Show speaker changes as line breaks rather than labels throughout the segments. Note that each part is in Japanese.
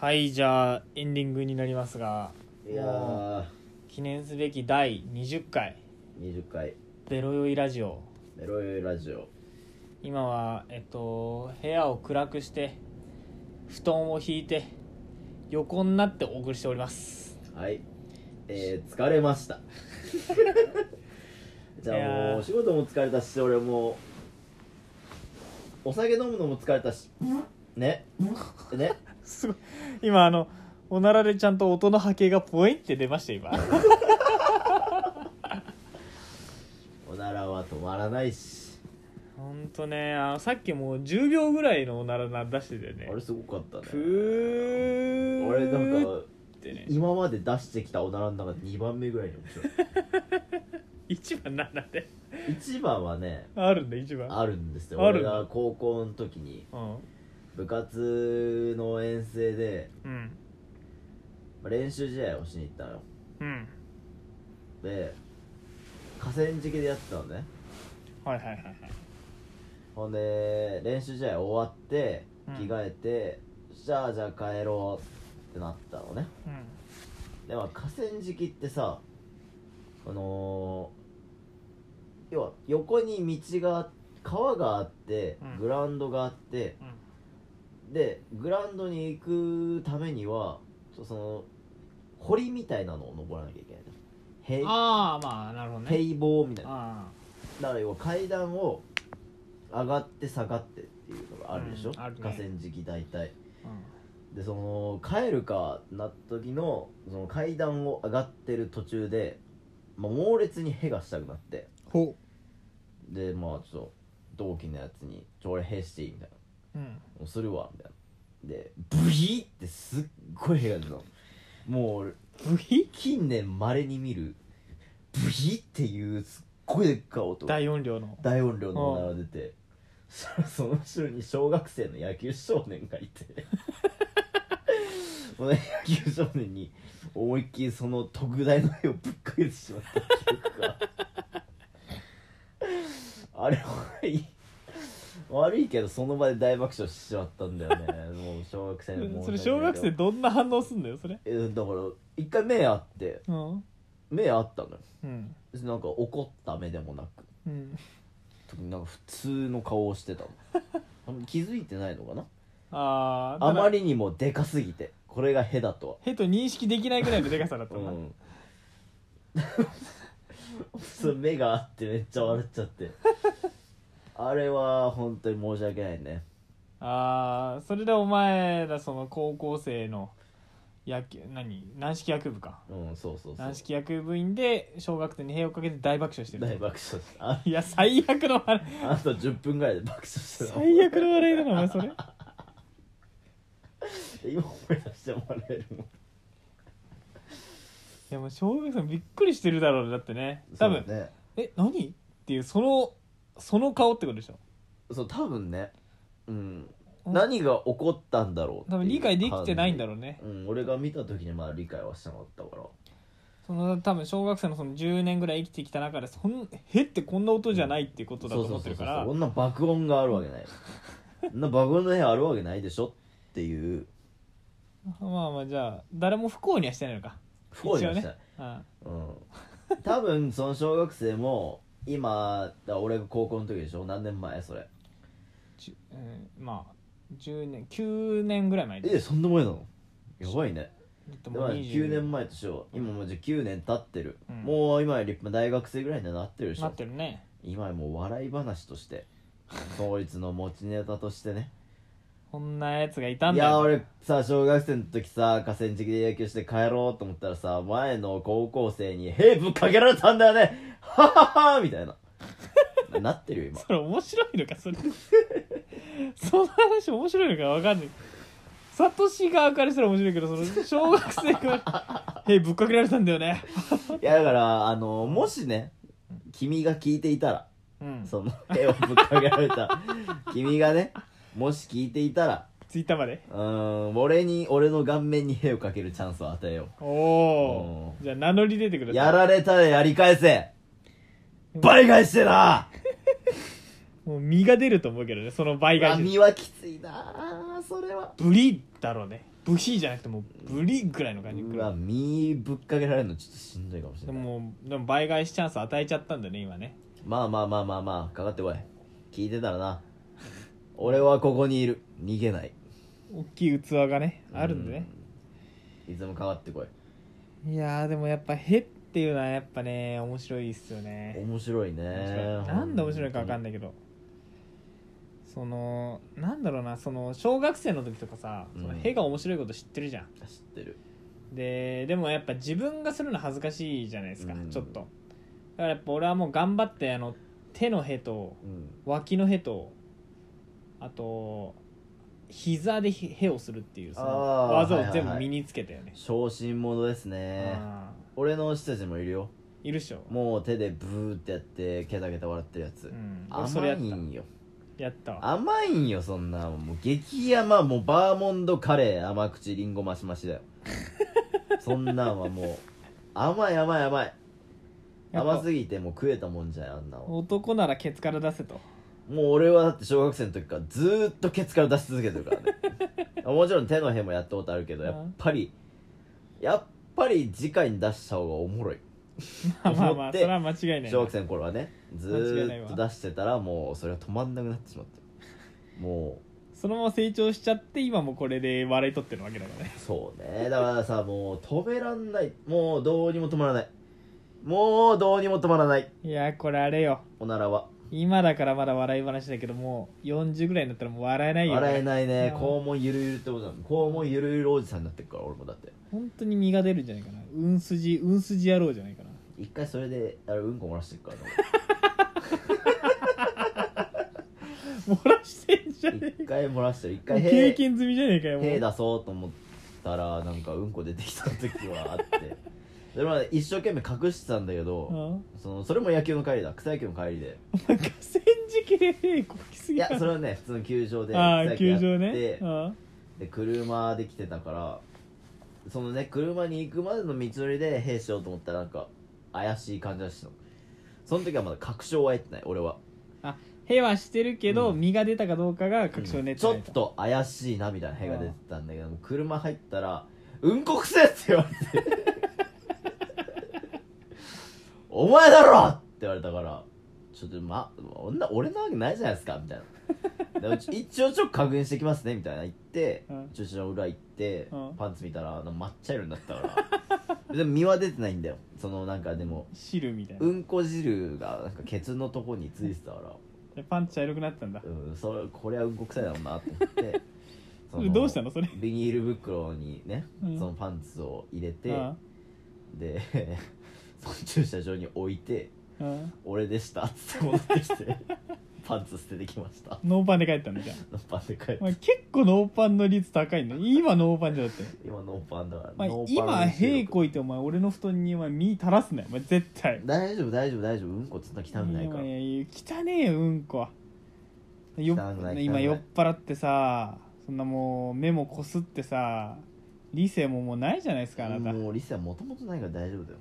はいじゃあエンディングになりますが
いやー
記念すべき第20回
20回
ベロ酔いラジオ
メロヨイラジオ
今はえっと部屋を暗くして布団を引いて横になってお送りしております
はいえー、疲れました じゃ
いやー
あもうお仕事も疲れたし俺もうお酒飲むのも疲れたしねね
すごい今あのおならでちゃんと音の波形がポインって出ました今
おならは止まらないし
ほんとねあのさっきもう10秒ぐらいのおならな出してたよね
あれすごかったね
プー
俺なん
っ
か
てね
今まで出してきたおならの中で2番目ぐらいに面白い
1番なんだって
一番はね
あるんだ1番
あるんですよ
ある
俺が高校の時に
うん
部活の遠征で
うん
まあ練習試合をしに行ったのよ
うん
で河川敷でやってたのね
はいはいはいはい
ほんで練習試合終わって
うん
着替えて、じゃあじゃあ帰ろうってなったのね
う
でまあ河川敷ってさあのー要は横に道が川があって
うん
グラウンドがあって、
ん
でグラウンドに行くためにはちょその堀みたいなのを登らなきゃいけないの
うん
へ
ああまあなるほど
い
ね
堤防みたいな
あ
だから要は階段を上がって下がってっていうのがあるでしょ、
うんあるね
河川敷大体
あ
でその帰るかなった時のその階段を上がってる途中で、まあ、猛烈にへがしたくなって
ほ
でまあちょっと同期のやつに「ちょ俺へしていい?」みたいな
ううん
「もうするわ」みたいなでブヒってすっごいへが出たのもう
部費
近年まれに見るブヒっていうすっごいでっかい音が
大音量の
大音量のおなら出て そしたらその後ろに小学生の野球少年がいて その野球少年に思いっきりその特大の絵をぶっかけてしまった記憶があれ 悪い悪いけどその場で大爆笑してしまったん だよねもう小学生の
それ小学生どんな反応すんだよそれ
えだから一回目あって
うん
目あったのよ
うん
別になんか怒った目でもなく
うん
特になんか普通の顔をして たのあの気づいてないのかな
ああ
あまりにもでかすぎてこれがヘだと
ヘと認識できないぐらいのでかさだった
は、
んだ、
うん、 そう目があってめっちゃ笑っちゃってあれは本当に申し訳ないね
ああそれでお前らその高校生の野球何軟式野球部か
うんそうそうそう
軟式野球部員で小学生に兵をかけて大爆笑してる
大爆笑したあ
いや最悪の笑い
あと10分ぐらいで爆笑してた
最悪の笑いだなお前それ
今思い出してもらえるもん
いやもう小学生もびっくりしてるだろうねだってね多分
そうね
え何っていうそのその顔ってことでしょ
そう多分ねうん
うん
何が起こったんだろうっていう
多分理解できてないんだろうね
うん、俺が見た時にまだ理解はしてなかったから
その多分小学生のその10年ぐらい生きてきた中でそんへってこんな音じゃないっていうことだと思ってるから
こんな爆音があるわけないそんな爆音の部屋あるわけないでしょっていう
まあまあじゃあ誰も不幸にはしてないのか
不幸にはし
一
た
応
い、
ねうん
うん、多分その小学生も今だから俺が高校の時でしょ何年前それ
じゅうんまあ10年9年ぐらい前だ
えそんな前なのやばいね
だって
で
もう
も
20
9年前としよう今もうじゃあ9年経ってる、
うん
もう今立派な大学生ぐらいにはなってるでし
な
ょ
ってるね
今やもう笑い話として 当日の持ちネタとしてね
こんなやつがいたん
い
だよ
や俺さ小学生の時さ河川敷で野球して帰ろうと思ったらさ前の高校生に「へいぶっかけられたんだよね はははみたいななってる よ今
それ面白いのかそれ その話面白いのか分かんないサトシが明かりしたら面白いけどその小学生 が「へいぶっかけられたんだよね
いやだからあのもしね君が聞いていたら」
うん
その「へをぶっかけられた 君がねもし聞いていたら
ツイッターまで
うーん俺に俺の顔面に「へ」をかけるチャンスを与えよ
おお
う
ーじゃあ名乗り出てくださ
う
い
やられたらやり返せ倍返してな
もう身が出ると思うけどねその倍返し
身はきついなあそれは
ブリだろうねブヒじゃなくてもうブリぐらいの感じ
うわ身ぶっかけられるのちょっとしんどいかもし
で
れない
もでも倍返しチャンス与えちゃったんだね今ね
まあまあまあまあまあかかってこい聞いてたらな俺はここにいる逃げない
大きい器がねあるんでね
うんいつもかかってこい
いやーでもやっぱ「へ」っていうのはやっぱね面白いっすよね
面白いね
面白い なんで面白いか分かんないけどそのなんだろうなその小学生の時とかさ「
うん
そのへ」が面白いこと知ってるじゃん
知ってる
ででもやっぱ自分がするの恥ずかしいじゃないですか、
うん
ちょっとだからやっぱ俺はもう頑張ってあの手のへと
うん
脇のへとあと膝でへへをするっていうその
あー
技を
はい
全
はい
部
はい
身につけたよね、
昇進者ですね
あ
俺の人たちもいるよ
ーいるっしょ、
もう手でブーってやってケタケタ笑ってるやつ
う、ん、俺そ
甘
れやっ
いんよ
たやったわ
甘いんよそんなもう激甘もうバーモンドカレー甘口りんごマシマ シだよそんなんはもう甘い甘い甘い
やっぱ
甘すぎてもう食えたもんじゃないあんなのも
男ならケツから出せと
う俺はだって小学生の時からずーっとケツから出し続けてるからね もちろん手の辺もやったことあるけどやっぱりやっぱり直に出した方がおもろい
まあまあま
思
あ
っ
そ
て
れは間違いない
小
な
学生の頃はねず
間違いない
ー
わ
っと出してたらもうそれが止まんなくなってしまっても
そのまま成長しちゃって今もこれで笑い取ってるわけだからね
うそうねだからさもう止めらんないもうどうにも止まらないもうどうにも止まらない
いやーこれあれよ
おならは
今だからまだ笑い話だけどもう40ぐらいになったらもう笑えないよ、ね、
笑えないね
うん
肛門ゆるゆるってことなの肛門ゆるゆるおじさんになってるから俺もだって
本当に身が出るんじゃないかなうんすじうんすじ野郎じゃないかな
一回それであれうんこ漏らしてるからね
漏らしてんじゃね
一回漏らしてる一
え
回
か
へ
経
い
験済みじゃねえかよも
へいう出そうと思ったらなんかうんこ出てきた時はあってそれまで一生懸命隠してたんだけど、
うん
そのそれも野球の帰りだ草野球の帰りで
なんか戦時系でこきす
い
ぎ
や
た
それはね普通の球場で
あ
草
あ
野球や
球
って
場ねあ
で車で来てたからそのね車に行くまでの道のりで兵しようと思ったらなんか怪しい感じがしたのその時はまだ確証は得てない俺は
へはしてるけど、
うん
身が出たかどうかが確証ね、
ちょっと怪しいなみたいな屁が出てたんだけども車入ったら「うんこくせえ!」って言われて「お前だろ!」って言われたから「ちょっとま女俺なわけないじゃないですか」みたいなでもちょ一応ちょっと確認してきますねみたいな言って、
うん
駐車場裏行って、
うん
パンツ見たらあの抹茶色になったからでも身は出てないんだよそのなんかでも
汁みたいな、
うんこ汁がなんかケツのとこについてたから
でパンチ茶色くなったんだ
うん、それこれはうんこ臭いだろうなと思って
それどうしたのそれ
ビニール袋にね、
うん
そのパンツを入れて、
あ
で その駐車場に置いて
あああ
「俺でした」っつって戻ってき てパンツ捨ててきました
ノーパンで帰ったんだ じゃん
ノーパンで帰って
お前結構ノーパンの率高いね今ノーパンじゃだって
今ノーパンだから、
お前
ノーパ
今
ン収録
へいこいてお前俺の布団にお前身垂らすなよお前絶対
大丈夫大丈夫大丈夫うんこつったら汚くないから
いやいやいや汚ねえようんこはよ
汚くない
今
汚くない
酔っ払ってさそんなもう目もこすってさ理性ももうないじゃないですかあなた
もうリスはもともとないから大丈夫だよ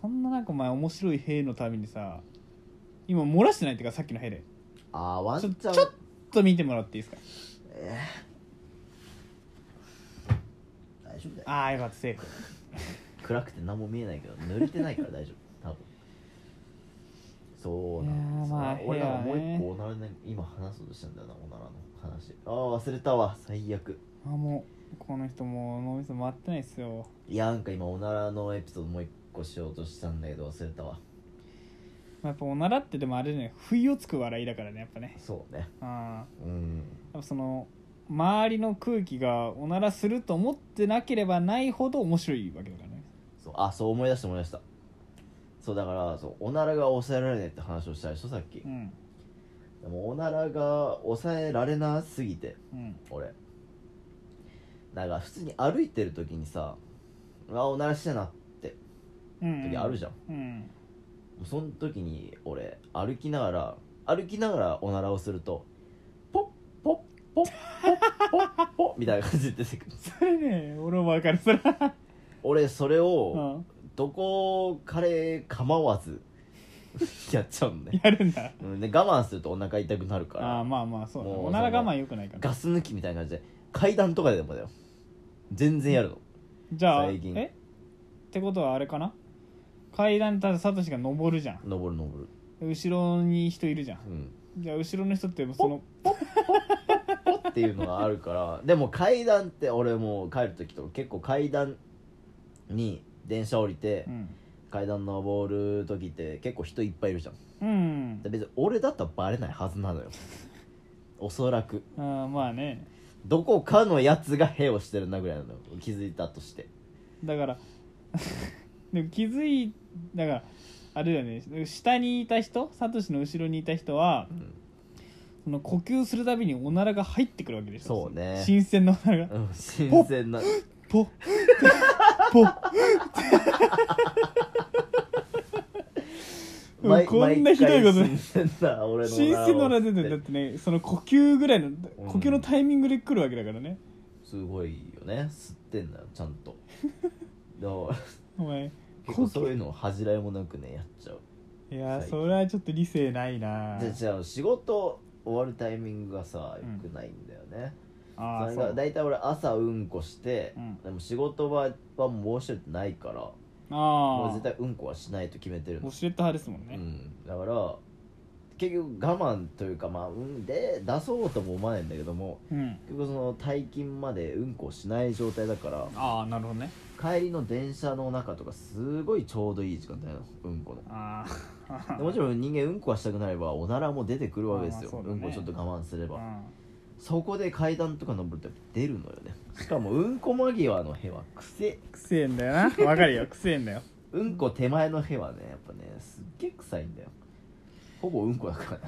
そんななんかお前面白い兵のためにさ今漏らしてないっていうかさっきの兵で
あーワ
ちょ
ン
ち
ち
ょ
ゃん
っと見てもらっていいですか
大丈夫だよ
ああよかったセーフ
暗くて何も見えないけど濡れてないから大丈夫多分そうなんです
いやーまあ
そう俺なんかもう
部屋ね
一個おならね今話そうとしたんだよなおならの話ああ忘れたわ最悪
あもうこの人もう脳みそ回ってないっすよ
いやなんか今おならのエピソードもう一個しようとしたんだけど忘れたわ
まあやっぱおならってでもあれね不意をつく笑いだからねやっぱね
そうね
あ
うん
ーやっぱその周りの空気がおならすると思ってなければないほど面白いわけだからね
そうあそう思い出した思い出したそうだからそうおならが抑えられないって話をしたでしょさっき
うん
でもおならが抑えられなすぎて
うん
俺なんか普通に歩いてる時にさ「あおならしたな」って
うん
時あるじゃん、
うん
その時に俺歩きながら歩きながらおならをするとポッポッポッポッポッポッみたいな感じで出てくる
それね俺もわかるそれは
俺それ
う
を
ん
どこ彼構わず やっちゃうのね、
やるんだ
うん、で我慢するとお腹痛くなるか
ああ
ら
まあまあそうだね
もう
おなら我慢よくないから
ガス抜きみたいな感じで階段とかでもだよ全然やるの
じゃあ
最近
えってことはあれかな階段ただサトシが登るじゃん
登る登る
後ろに人いるじゃん
うん
じゃあ後ろの人ってその
っていうのがある からでも階段って俺もう帰る時とか結構階段に電車降りて
うん
階段登る時って結構人いっぱいいるじゃん
うん
で別に俺だったらバレないはずなの よおそらく
あーまあね
どこかのやつがへをしてるなぐらいなのよ気づいたとして
だから でも気づいだからあれだよね下にいた人サトシの後ろにいた人は
うん
その呼吸するたびにおならが入ってくるわけでしょ
そうね
新鮮なおならが
うん新鮮な
ポッ ポッうん
毎
こんなひどいこと
毎回新鮮な俺の
新鮮なおなら出て
を
るだってねその呼吸ぐらいの呼吸のタイミングで来るわけだからね、
すごいよね吸ってんだよちゃん とだから
お前
結構そういうのを恥じらいもなくねやっちゃう
いやー
最近
それはちょっと理性ないな
でじゃあ仕事終わるタイミングがさ
うん
よくないんだよね、
ああ
それ
そ
が
う
大体俺朝うんこして、
うん
でも仕事場はもう申し訳ないからもう
あ
絶対うんこはしないと決めてる
あ
の
ウォシュレット派ですもん
う
ね、
ん、だから結局我慢というかまあうんで出そうとも思わないんだけども
うん、
結局その退勤までうんこをしない状態だから
ああなるほどね
帰りの電車の中とかすごいちょうどいい時間だようんこの
ああ
でもちろん人間うんこはしたくなればおならも出てくるわけですよ、
まあまあそううだ
ん
ね
こちょっと我慢すれ ば、
うん
そこで階段とか登ると出るのよねしかもうんこ間際のへは癖
くせえんだよなわかるよくせえんだよ
うんこ手前のへはねやっぱねすっげえ臭いんだよほぼうんこだ から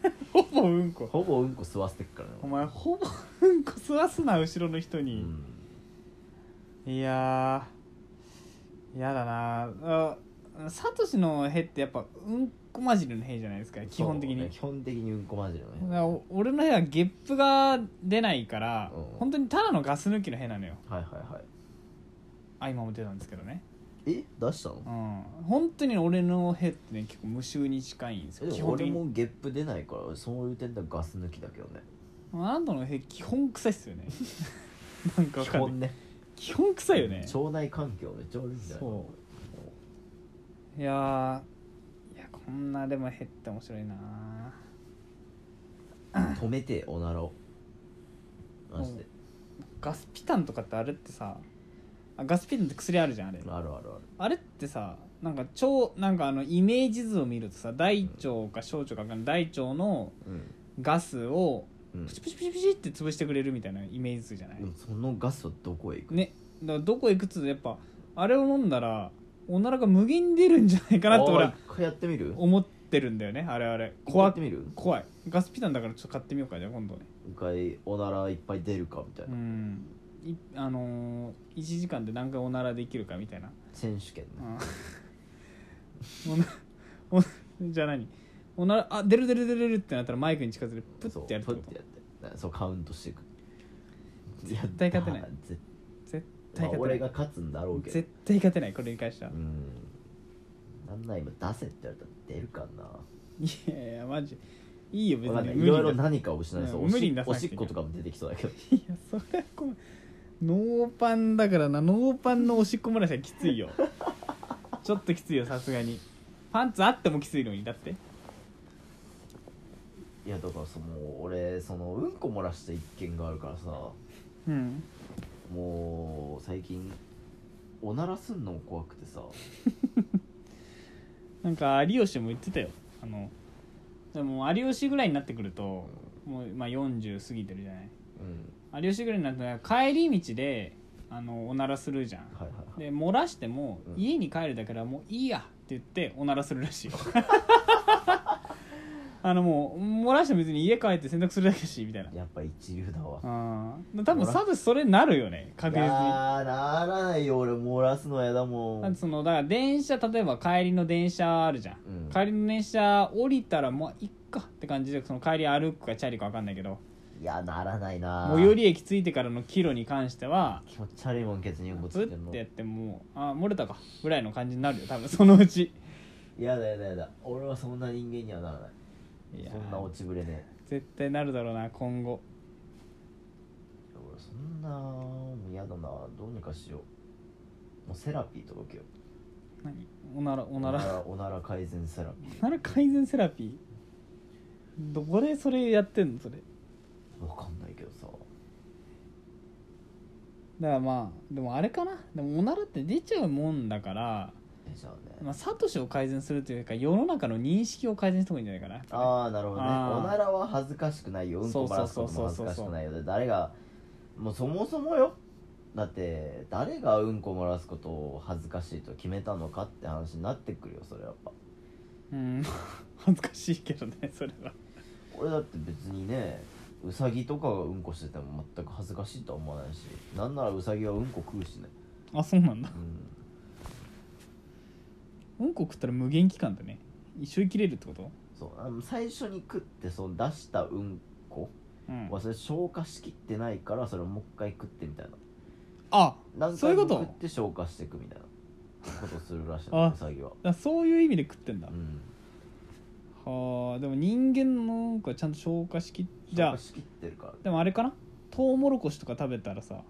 ね
ほぼうんこ
ほぼうんこ吸わせてっからね
お前ほぼうんこ吸わすな後ろの人
う
に、
ん
いやーやだなあサトシのヘってやっぱうんこ混じりのヘじゃないですか基本的に、
そうね基本的にうんこ混じる
だか
のね
らお俺の部はゲップが出ないから、
うん
本当にただのガス抜きの部なのよ
はいはいはい
あ今も出たんですけどね
え出したの
うん本当に俺の部ってね結構無臭に近いんです
え
よ基
でも
本
俺
的に
もゲップ出ないからそういう点ではガス抜きだけどね
あなたの部基本臭いっすよ ねなんかわ
基
かんない
本ね
基本臭いよね
腸内環境めっちゃ悪いんだよ
そういやーいやこんなでも減って面白いな
止めておならをマジで
ガスピタンとかってあれってさあガスピタンって薬あるじゃんあれ
あるある
あれってさなんか腸なんかあのイメージ図を見るとさ大腸か小腸かわかんない大腸の
あるうん
ガスを
うん
プチプチプチプチって潰してくれるみたいなイメージ図じゃない
でもそのガスはどこへ行く
ねだからどこへ行くっつうとやっぱあれを飲んだらおならが無限に出るんじゃないかなって俺
あー
は
一回やってみる
思ってるんだよねあれあれ怖
や
っ
ってみる
怖いガスピタンだからちょっと買ってみようかじゃあ今度ね
一回おならいっぱい出るかみたいうな、
んいあのー、1時間で何回おならできるかみたいな、
選手権ね、
うんおなおなじゃあ何おならあ出る出る出る出るってなったらマイクに近づいてプッてやるって
そう
こ
プ
と
ッてやってそうカウントしていく
絶対勝てない
やだー絶
絶
対、
対勝て
まあ、
な
俺
い、
が勝つんだろうけど
絶対勝てないこれに関しては、
うんなんなら今出せって言われたら出るかない
やいやマジいいよ別
わかん
に
ない
無
い
理
ろいろ
だ
何かを失いそう、
うん
おし
無理に出さ
お
なく
して
いい
っことかも出てきそうだけど
いやそれは困るノーパンだからなノーパンのおしっこ漏らしはきつい よちょっときついよさすがにパンツあってもきついのにだって
いやだからその俺そのうんこ漏らした一件があるからさ
うん
もう最近おならすんのも怖くてさ
なんか有吉も言ってたよあのでも有吉ぐらいになってくるともう、まあ、40過ぎてるじゃな
うん
い有吉ぐらいになったら帰り道であのおならするじゃん
はいはいはい
で漏らしても
うん
家に帰るだけだからもういいやって言っておならするらしいよ あのもう漏らしても別に家帰って洗濯するだけだしみたいな
やっぱ一流だわ
うん多分サブそれなるよね確実に
いやーならないよ俺漏らすのやだもん
だってそのだから電車例えば帰りの電車あるじゃん、
うん
帰りの電車降りたらもういっかって感じでその帰り歩くかチャリか分かんないけど
いやならないな
最寄り駅着いてからの帰路に関しては
気持ち悪いもんケツにうんこつ
ず
い
って
んの
てやってもうあ漏れたかぐらいの感じになるよ多分そのうち
やだやだやだ俺はそんな人間にはならない
いや
そんな落ちぶれね
絶対なるだろうな今後
え俺そんなもう嫌だなどうにかしようもうセラピーとか受けよう
何おならおなら
おなら改善セラピ
おなら改善セラピーどこでそれやってんのそれ
ーわかんないけどさ
だからまあでもあれかなでもおならって出ちゃうもんだから、
えじゃあ
まあ、
ね
サトシを改善するというか世の中の認識を改善した方がいいんじゃないかな
ああなるほどね
あー
おならは恥ずかしくないようんこばらすことも恥ずかしくないよで誰がもうそもそもよだって誰がうんこ漏らすことを恥ずかしいと決めたのかって話になってくるよそれやっぱ
うん 恥ずかしいけどねそれは
俺だって別にねウサギとかがうんこしてても全く恥ずかしいとは思わないしなんならウサギはうんこ食うしね
あそうなんだ
うん
うんこ食ったら無限期間だね一生生きれるってこと
そうあの最初に食ってその出したうんこ
うん
はそれ消化しきってないからそれをもう一回食ってみたいな
あ
何
そうい
回
うこ
も
と
食って消化していくみたいなことするらしい
あ
のウサギは
だそういう意味で食ってんだ、
うん
はあでも人間のうんこはちゃんと消化しきじ
消
ゃ
化
あ
しきってるから
でもあれかなトウモロコシとか食べたらさ、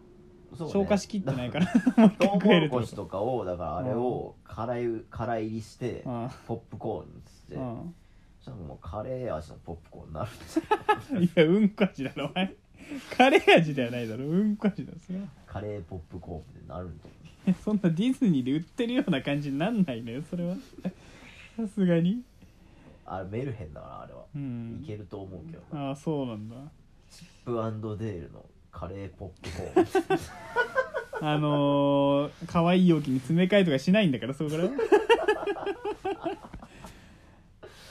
そうね
消化しきってないから もう一回
トウ
食
モ
えるっ
ロ
てこ
コ
と
シとかをだからあれを辛い辛入りして
あ
ポップコーンにして
ああ
そしたらもうカレー味のポップコーンになる
あいやうんこ味だろお前カレー味ではないだろうんこ味だろそれは
カレーポップコーンってなるんだよ
そんなディズニーで売ってるような感じになんないのよそれはさすがに
あれメルヘンだからあれは、
うん
いけると思うけどな
ああそうなんだ
チップデールのカレーポップ コーン
あのー、可愛い容器に詰め替えとかしないんだからそこから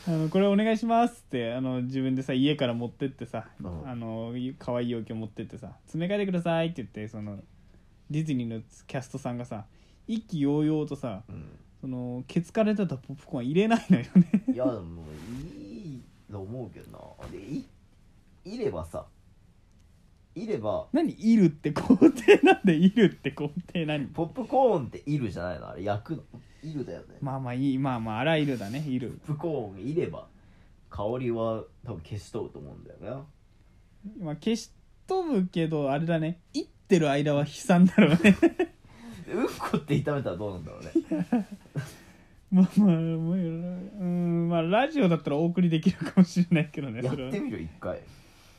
あのこれお願いしますってあの自分でさ家から持ってってさ、
うん
あの可愛い容器を持ってってさ詰め替えてくださいって言ってそのディズニーのキャストさんがさ意気揚々とさ
う
そのケツから出たポップコーンは入れないのよね
んいやでもいいと思うけどなでいいればさいれば
何いるって工程なんでいるって工程何
ポップコーンっているじゃないのあれ焼くのいるだよね、
まあまあいいまあまああらいるだねいる
ポップコーンいれば香りは多分消しとうと思うんだよな
まあ消し飛ぶけどあれだねいってる間は悲惨だろうね
でうんこって炒めたらどうなんだろ うね
まあまあもううんまあラジオだったらお送りできるかもしれないけどね
やっ
それは
てみる一回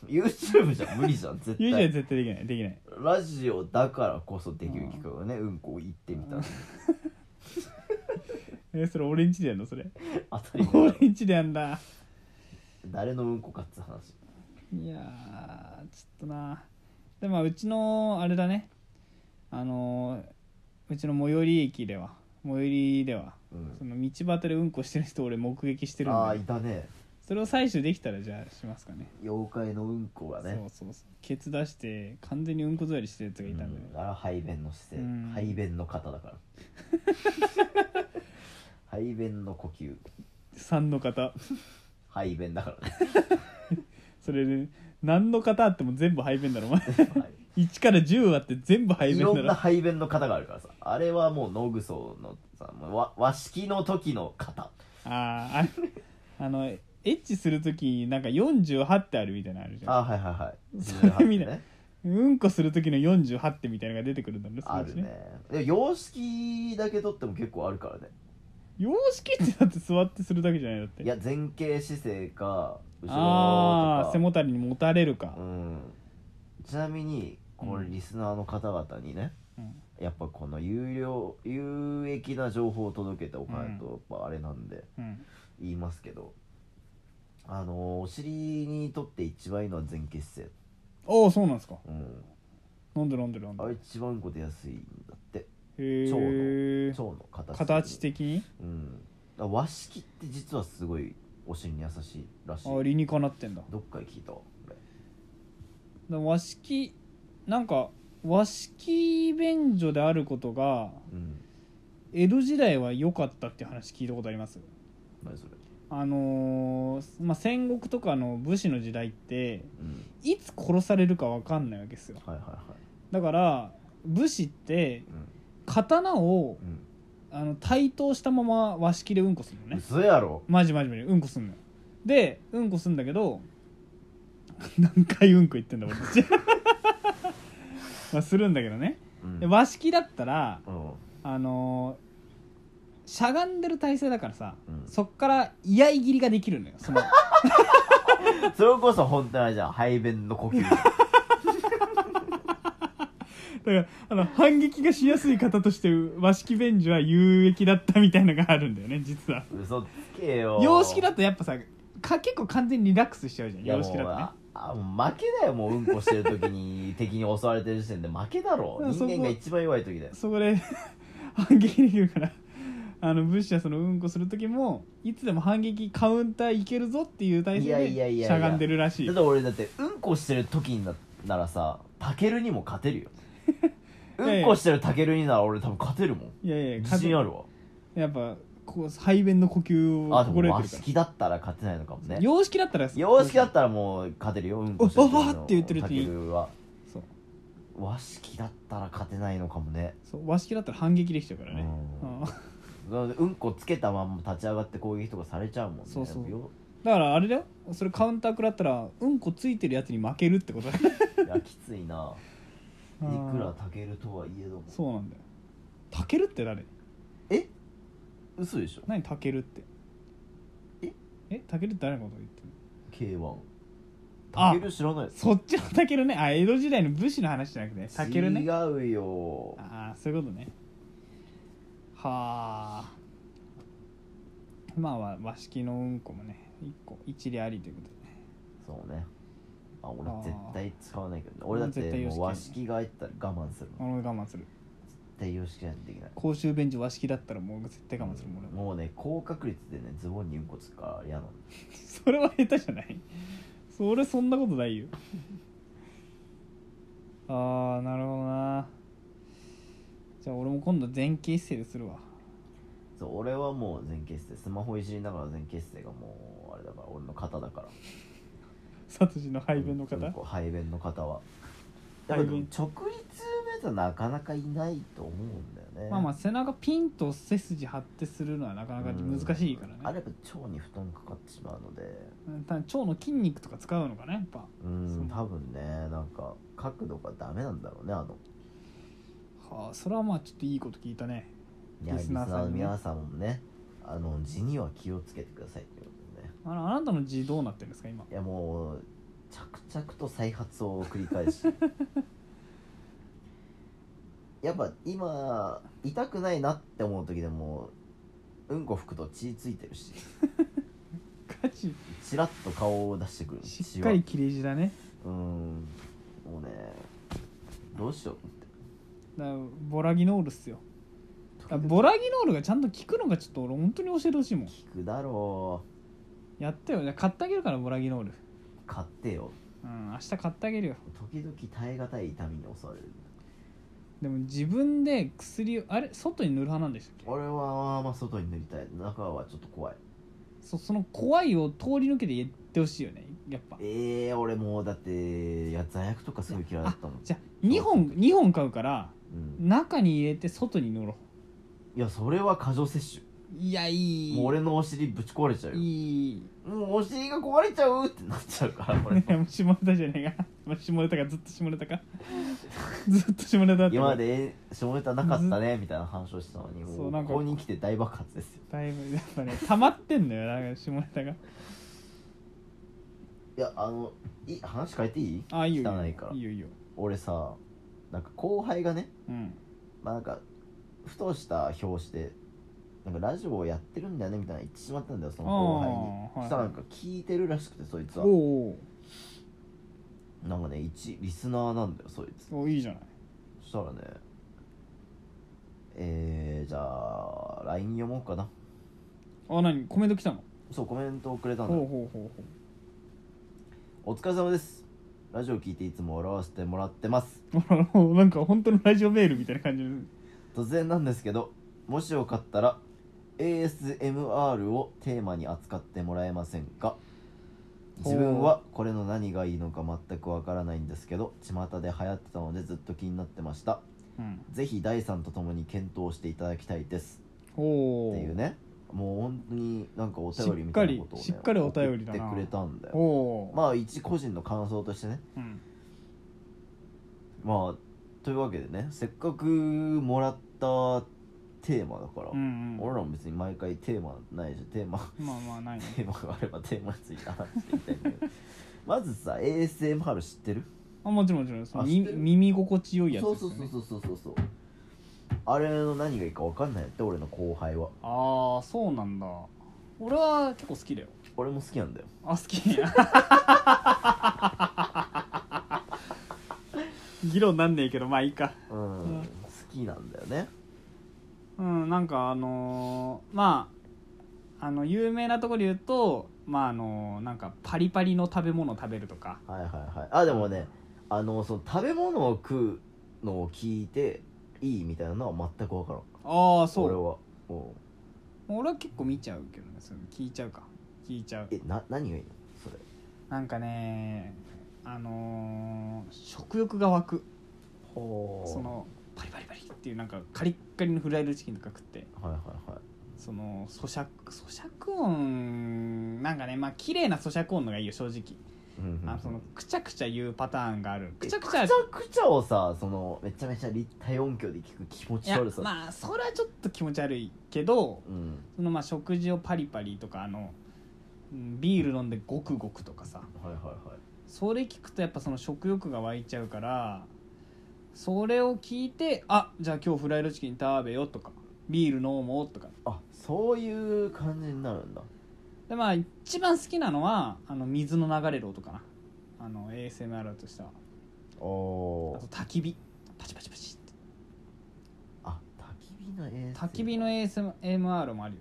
YouTube じゃ無理じゃん絶対
u は絶対できないできない
ラジオだからこそできる企画がねうんこを言ってみたら
えそれ俺んちでやんのそれ
当たり前 だろ
俺んちでやんだ
誰のうんこかっつう話
いやーちょっとなでもまあうちのあれだねあのーうちの最寄り駅では最寄りでは
うん
その道端でうんこしてる人俺目撃してるん
ああ
で
いたね
それを採取できたらじゃあしますかね
妖怪のうんこがね
そうそうそうケツ出して完全にうんこ座りしてるやつがいたんで、ね
うんあら排便の姿勢、
うん
排便の型 だから排便の呼吸
3の方
排便だからね、
それで何の方あっても全部 排便だろお前
は
1から10あって全部
い、
排
い
便
ろんな
だ
排便の型があるからさあれはもうノグソのさもう和和式の時の型
ろあーあれあのエッチする時なんか48ってあるみたいなのあるじゃん
あはいはいはい
それ見ない
18ね
うんこする時の48ってみたいなのが出てくるんだね
あるねでも洋式だけ取っても結構あるからね
様式ってだって座ってするだけじゃないだって
いや前傾姿勢か後ろと
ああ
か
ー背もたれにもたれるか
う、んちなみにこれ
うん
リスナーの方々にね、
うん
やっぱこの有料有益な情報を届けておかないとやっぱあれなんで
うん
言いますけど、あのーお尻にとって一番いいのは前傾姿勢、
おおそうなんですか
うん、
飲んでる飲んでる飲んで
あ
る
れ一番こで安いんだって
へえ
腸の形
形的に
うんだから和式って実はすごいお尻に優しいらしい
あ理にかなってんだ
どっかで聞いたわこれ
でも和式なんか和式便所であることが
うん
江戸時代は良かったっていう話聞いたことあります
何それ
あのーまあ、戦国とかの武士の時代って
うん
いつ殺されるか分かんないわけですよ
はいはいはい
だから武士って
うん
刀を
うん
あの対等したまま和式でうんこするのね
嘘やろ
マジマジマジうんこすんのよでうんこすんだけど 何回うんこ言ってんだ俺たち まあするんだけどね
うん
で和式だったら
うん
あのーしゃがんでる体勢だからさ、
うん
そっから居合切りができるのよ その
それこそ本当にあれじゃん排便の呼吸
だからあの反撃がしやすい方として和式便所は有益だったみたいのがあるんだよね実は
嘘つけよ
洋式だとやっぱさか結構完全にリラックスしちゃうじゃん
いやも
洋
う
式だとね
ああもう負けだよもううんこしてる時に敵に襲われてる時点で負けだろ
うんそ
人
こ
間が一番弱い時だよ
そこで 反撃できるからあの武士はそのうんこする時もいつでも反撃カウンターいけるぞっていう体
いやいや
勢
い
で
や
しゃがんでるらしい
だって俺だってうんこしてる時になならさタケルにも勝てるよ
やいや
うんこしてるタケルになら俺多分勝てるもん
いやいや
自信あるわ
やっぱこう排便の呼吸を
あでも
心
和
得てるか
式だったら勝てないのかも
ら
ね
洋式だったら
洋式だったらもう勝てるようんこして
おおおって言ってるう
タ
ちに
ケルは
そう
和式だったら勝てないのかもね
そう和式だったら反撃できちゃうからね
う
うんだか
なのでうんこつけたまんま立ち上がって攻撃とかされちゃうもんね
そうそう
よ
らあれだよそれカウンター食らったらうんこついてるやつに負けるってことだい
いやきついないくらタケルとはいえども
そうなんだよたけるって誰
え嘘でしょ
何たけるって
え
えたけるって誰のこと言ってる
K1
あ
タケル知らない
そっちのたけるねあ江戸時代の武士の話じゃなくてたけるね
違うよ
ああそういうことねはあまあ和和式のうんこもね一個一理ありということで
そうねあ俺
あー
絶対使わないけどね俺だっ
絶対
て
洋
も
式
う和式が入ったら我慢するもん
俺我慢する
絶対洋式なんてできない
公衆便所和式だったらもう絶対我慢するもん俺は
もうね高確率でねズボンにうんこつくから嫌なの
それは下手じゃないそれそんなことないよああなるほどなじゃあ俺も今度前傾姿勢でするわ
そう俺はもう全決成スマホいじりながら全決成がもうあれだから俺の型だから
サトシの排便の方、
うんこ排便の方はや
排
っぱ
便
でも直立のやつはなかなかいないと思うんだよね
まあまあ背中ピンと背筋張ってするのはなかなか難しいから
うんあれ
ね
やっぱ腸に負担かかってしまうので
うんただ腸の筋肉とか使うのかなやっぱ
う
そうん
多分ねなんか角度がダメなんだろうねあの
はあそれはまあちょっといいこと聞いたね
いや
リ
リ
ス
ス
ナ
ナ
ーさん
ーの
にね
皆さんもねあの字には気をつけてくださいってことでね
あのあなたの字どうなってるんです か今
いやもう着々と再発を繰り返 しやっぱ今痛くないなって思う時でもうんこ拭くと血ついてるし
ガチ
チラッと顔を出してくる
しっかり切れ字だね
血はうんもうねどうしようって
だからボラギノールっすよだからボラギノールがちゃんと効くのがちょっと俺本当に教えてほしいもん
聞くだろ
やってよじゃあ買ってあげるからボラギノール
う買ってよ
うん明日買ってあげるよ
時々耐え難い痛みに襲われる
でも自分で薬をあれ外に塗る派なんでしたっけ
俺はまあ外に塗りたい中はちょっと怖い
そその怖いを通り抜けてやってほしいよねやっぱ
ええ俺もうだっていや座薬とかすごい嫌いだったもん
じゃあ2本二本買うから
うん
中に入れて外に塗ろ
いやそれは過剰摂
ういやい
取
い
もう俺のお尻ぶち壊れちゃうよ
いい
もうお尻が壊れちゃうってなっちゃうから俺
ねもう下ネタじゃねえかもう下ネタかずっと下ネタ かずっと下ネタだった
今まで下ネタなかったねみたいな話をしてたのに
そ
も
う
う
な
こ
んか
こに来て大爆発ですよ
だいぶやっぱね溜まってんのよなんか下ネタが
いやあのい話変えていい
あいいよ
汚いから
いいよいいよ
俺さなんか後輩がね
うん
まあなんかふとした表紙でなんかラジオをやってるんだよねみたいな言ってしまったんだよその後輩に
あー
そしたらなんか聞いてるらしくてそいつ
お
は
うおう
なんかね一リスナーなんだよそいつ
おういいじゃない
そしたらねえー、じゃあ LINE 読もうかな
あ何コメント来たの
そうコメントをくれた
ほ
ん
う
だ
ほうほうほ
お疲れ様ですラジオ聞いていつも笑わせてもらってます
うほらもう なんか本当のラジオメールみたいな感じで
突然なんですけどもしよかったら ASMR をテーマに扱ってもらえませんか自分はこれの何がいいのか全くわからないんですけど巷で流行ってたのでずっと気になってました
うん
ぜひ第三とともに検討していただきたいです
お
っ
お
ていうねもう本当になんかお便りみたいなことを、ね、
しっかりしっかりお便りだな
送ってくれたんだ
お
よ
お、
まあ一個人の感想としてね
うん、
まあというわけでねせっかくもらったテーマだから、
うんうん
俺らも別に毎回テーマないじゃんテーマ
まあまあないね
テーマがあればテーマについて話していきたいんだ けどまずさ ASMR 知ってる
あもちろんもちろんその
あ
み
知ってる
耳心地よいやつ
そう
ですよ
そう
ね
そうそうそうそうあれの何がいいか分かんないって俺の後輩は
ああそうなんだ俺は結構好きだよ
俺も好きなんだよ
あ好き 議論なんねえけどまあいいか
うん、
うん
好きなんだよね
うんなんかあのーまああの有名なところで言うとまああのーなんかパリパリの食べ物食べるとか
はいはいはいあでもねあのその食べ物を食うのを聞いていいみたいなのは全く分からん
ああ
俺
そう
はも
俺は結構見ちゃうけどねそれ聞いちゃうか聞いちゃう
うえな何がいいのそれ
なんかねあのー食欲が湧く
ほ
そのパリパリパリっていうなんかカリッカリのフライドチキンとか食って
はいはいはい
その咀嚼咀嚼音なんかねまあ綺麗な咀嚼音のがいいよ正直
うんうん
あのそのくちゃくちゃ言うパターンがある
え
くちゃくちゃ
くちゃくちゃをさそのめちゃめちゃ立体音響で聞く気持
い
ち
や
悪さ、
まあそれはちょっと気持ち悪いけど
うん
そのまあ食事をパリパリとかあのうんビール飲んでゴクゴクとかさ
はいはいはい
それ聞くとやっぱその食欲が湧いちゃうからそれを聞いてあじゃあ今日フライドチキン食べようとかビール飲もうとか
あそういう感じになるんだ
でまあ一番好きなのはあの水の流れる音かなあの ASMR としたあ
おお
と焚き火パチパチパチって
あ焚き火の ASMR
焚き火の ASMR もあるよ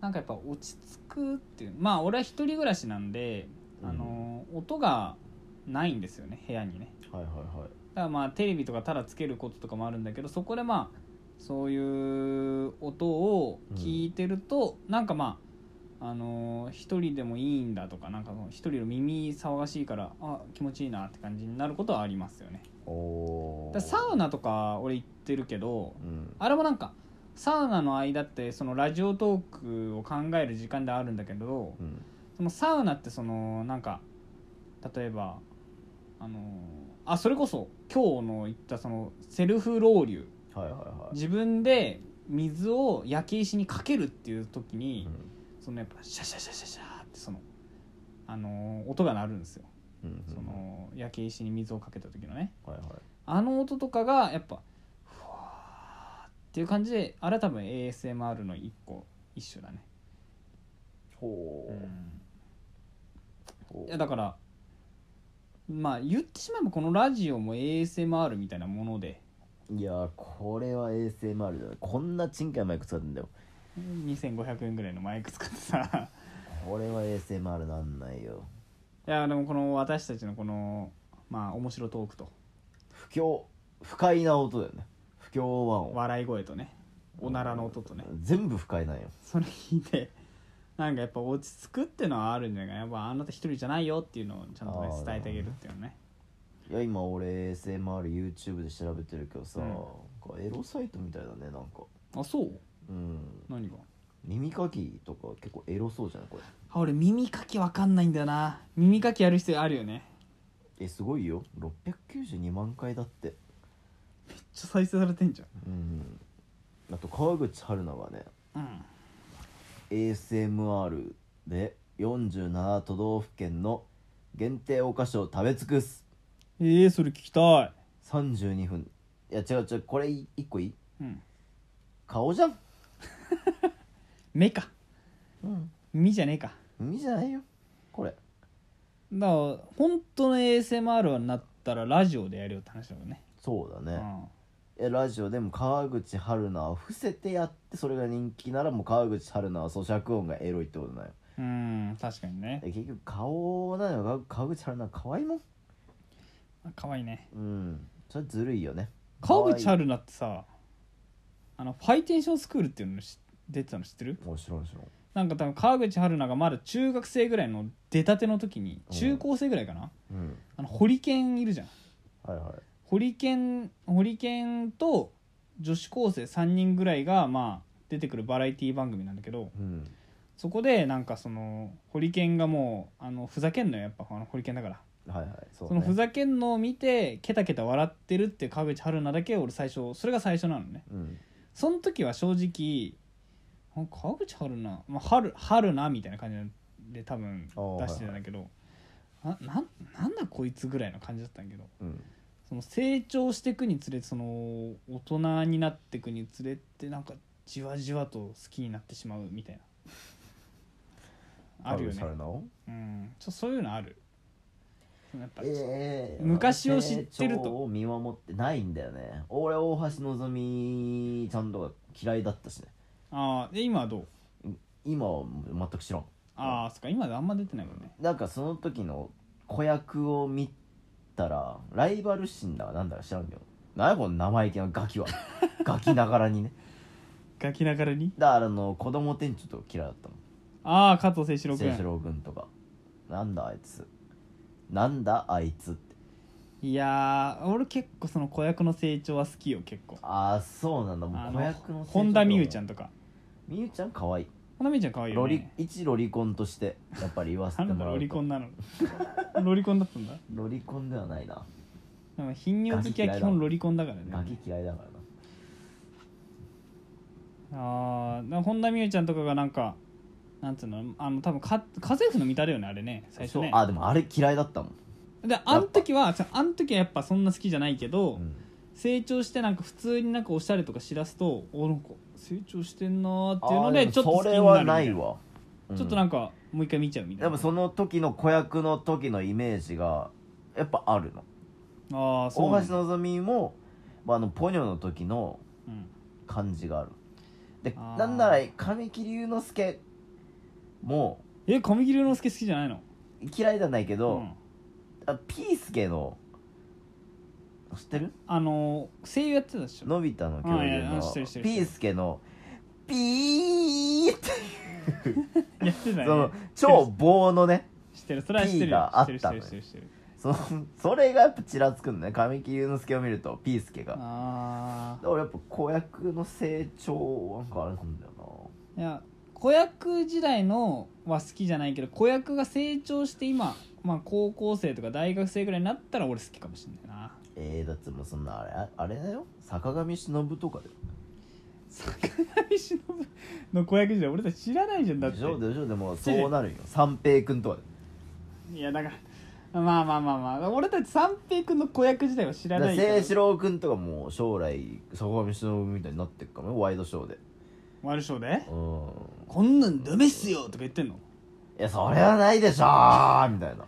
なんかやっぱ落ち着くっていうまあ俺は一人暮らしなんで、
うん
あの音がないんですよね部屋にね
はいはいはい
だからまあテレビとかただつけることとかもあるんだけどそこでまあそういう音を聞いてると、なんかまああのー一人でもいいんだとかなんかその一人の耳騒がしいからあ気持ちいいなって感じになることはありますよね
おお
だからサウナとか俺行ってるけど
うん
あれもなんかサウナの間ってそのラジオトークを考える時間であるんだけど
うん
そのサウナってそのなんか例えばあのーあそれこそ今日の言ったそのセルフロウリュ
はいはいはい
自分で水を焼け石にかけるっていう時に、
う
そのやっぱシャシャシャシャシャーってその、あのー音が鳴るんですよ、
んうん
その焼け石に水をかけた時のね
はいはい
あの音とかがやっぱふわーっていう感じであれは多分 ASMR の一個一種だね、
ほう
いやだからまあ言ってしまえばこのラジオも ASMR みたいなもので
いやーこれは ASMR だねこんなちんかいマイク使ってんだよ
2500円ぐらいのマイク使ってさ
これは ASMR なんないよ
いやでもこの私たちのこのまあ面白トークと
不況不快な音だよね不協和音
笑い声とねおならの音とね
全部不快なんよ
それ聞いてなんかやっぱ落ち着くっていうのはあるんじゃないやっぱあなた一人じゃないよっていうのをちゃんとね
あー
伝えてあげるっていうのね
いや今俺 ASMRYouTube で調べてるけどさ、
うん
なんかエロサイトみたいだねなんか
あそう
うん
何が
耳かきとか結構エロそうじゃないこれ
あ俺耳かきわかんないんだよな耳かきやる必要あるよね
えすごいよ692万回だって
めっちゃ再生されてんじ
うんあと川口春奈がね
ゃんうん
ASMR で47都道府県の限定お菓子を食べ尽くす
ええそれ聞きたい
32分いや違う違うこれ1個いい
うん
顔じゃん
目か
うん
耳じゃねえか
耳じゃないよこれ
だから本当の ASMR になったらラジオでやるよって話だもんね
そうだ
う
ね、
ん
えラジオでも川口春奈を伏せてやってそれが人気ならもう川口春奈は咀嚼音がエロいってことないよ
うん確かにね
え結局顔なのよが川口春奈可愛いもん
可愛いね
うんそれずるいよね
川口
可愛い
春奈ってさあのファイテンションスクールっていうのし出てたの知ってる
もちろんもちろん
なんか多分川口春奈がまだ中学生ぐらいの出たての時に
うん
中高生ぐらいかな
うん
あのホリケンいるじゃん
はいはい
ホリケンホリケンと女子高生3人ぐらいがまあ出てくるバラエティ番組なんだけど
うん
そこでなんかそのホリケンがもうあのふざけんのよやっぱあのホリケンだから
はいはいそ
そ,、
う、ね、
のふざけんのを見てケタケタ笑ってるっていう川口春奈だけ俺最初それが最初なのね
うん
その時は正直あ川口春奈、まあ、春春奈みたいな感じで多分
あー
出してたんだけど、ななんなんだこいつぐらいの感じだったんだけど
うん
その成長していくにつれてその大人になっていくにつれてなんかじわじわと好きになってしまうみたいなあるよね
サルナを
うんちょそういうのあるそのやっぱ、
えー
昔を知ってると
成長を見守ってないんだよね俺大橋のぞみちゃんとか嫌いだったしね
ああで今はどう
今は全く知らん
ああそっか今であんま出てないもんね
なんかその時の子役を見たらライバル心だかなんだか知らんけどなんやこの生意気なガ キはガキながらにね
ガキながらに
だからあの子供店長と嫌いだったもん
ああ加藤清史郎
清志
君
郎君とかなんだあいつなんだあいつって
いやー俺結構その子役の成長は好きよ結構
ああそうなんだも
あ
う子役の
の本田望結ちゃん
と
とか
みゆちゃん可愛い
本田望結ちゃん可愛い
ロ
よ
リ
ね
一ロリコンとしてやっぱり言わせて
な
も
んだ
らうと
ロリコンなのロリコンだったんだ
ロリコンではないな
でも頻尿好きは基本ロリコンだからね
ガキ嫌いだからな
ああ本田望結ちゃんとかがなんかなんつうのあの多分か家政婦の乱れよねあれね最初
そう
ね
あでもあれ嫌いだったもん、
であの時はそうあの時はやっぱそんな好きじゃないけど、
うん
成長してなんか普通になんかおしゃれとかしだすとおなんか成長してんなーっていうの
あー
で
も
ちょっと好き
そ
にな
れ
る
は
みた
ないい
な
わ、うん
ちょっとなんかもう一回見ちゃうみたい
で
な
もその時の子役の時のイメージがやっぱあるの
ああそうな
大
んだ
橋のぞみも、まあ、あのポニョの時の
うん
感じがあるで
あー
なんなら神木隆之介も
え神木隆之介好きじゃないの
嫌いじゃないけど、
ん
あピースケの知ってる
あのー声優やってたでしょ
のび太の恐
あいや
竜
いや
の
知ってる知ってる
ピースケのピーって
やってた
そ
よ
の
ね
超棒のね
知ってるそれは知ってる
P
よ
があ
知っ
ってた
る
の
知ってる知ってる知ってる
そのそれがやっぱちらつくんだね神木隆之介を見るとピースケがだか
ああ
らやっぱ子役の成長なんかあれなんだよ
いや子役時代のは好きじゃないけど子役が成長して今、まあ、高校生とか大学生ぐらいになったら俺好きかもしんないな
なええだってもうそんなあれああれだよ坂上忍とかだよ
坂上忍の子役時代俺たち知らないじゃんだって
でしょでしょでもそうなるよ三平君とかだよ
いやだからまあまあまあまあ俺たち三平君の子役時代は知ら
だ
ないから
清志郎君とかもう将来坂上忍みたいになってくかもよワイドショーで
ワイドショーで
うん
「こんなんダメっすよ」とか言ってんの
いやそれはないでしょーみたいな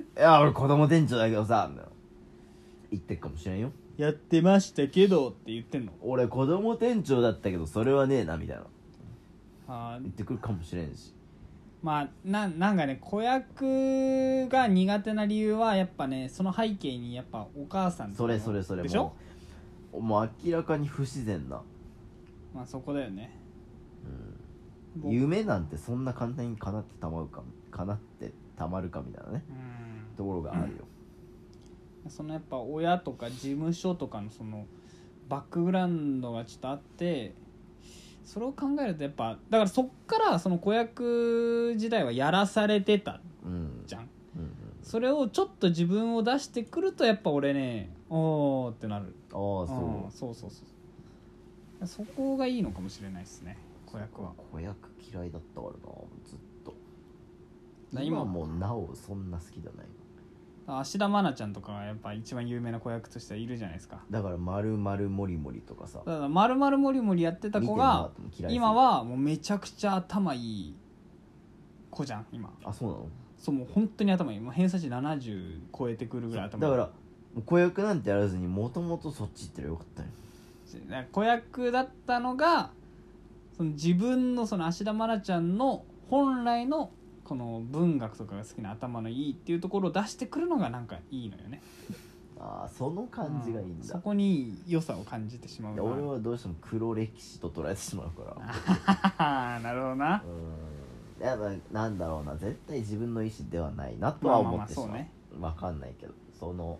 いや俺子供店長だけどさみたいな言ってくかもしれんよ
やってましたけどって言ってんの
俺子供店長だったけどそれはねえなみたいな
あー
言ってくるかもしれんし
まあななんかね子役が苦手な理由はやっぱねその背景にやっぱお母さんとか
そ
の
れそれそれ
でしょ
もうもう明らかに不自然な、
まあそこだよね
うん、
僕
夢なんてそんな簡単に叶ってたまうか叶ってたまるかみたいなね
うん
ところがあるよ、
そのやっぱ親とか事務所とかのそのバックグラウンドがちょっとあってそれを考えるとやっぱだからそっからその子役時代はやらされてた
うんうん
じゃん
うん
それをちょっと自分を出してくるとやっぱ俺ねおーってなる
ああそう
うんそうそうそうそこがいいのかもしれないですね子役は
子役嫌いだったからなずっと
だ今
今もなおそんな好きじゃない
芦田愛菜ちゃんとかがやっぱ一番有名な子役としてはいるじゃないですか
だから「まるまるもりもり」とかさ
だから丸々もりもりやってた子が
見てんなと思う嫌いすぎて
今はもうめちゃくちゃ頭いい子じゃん今
あそうなの
そうもう本当に頭いいもう偏差値70超えてくるぐらい頭いい
だからもう子役なんてやらずにもともとそっち行ったらよかったよ
だから子役だったのがその自分のその芦田愛菜ちゃんの本来のこの文学とかが好きな頭のいいっていうところを出してくるのがなんかいいのよね
ああその感じがいい
う
んだ、
そこに良さを感じてしまう
い
な
や俺はどうしても黒歴史と捉えてしまうから
あなるほどな
うーんやっぱなんだろうな絶対自分の意思ではないなと
ま
は
あまあま
思
あ
ってしまう,、
そうね
わかんないけどその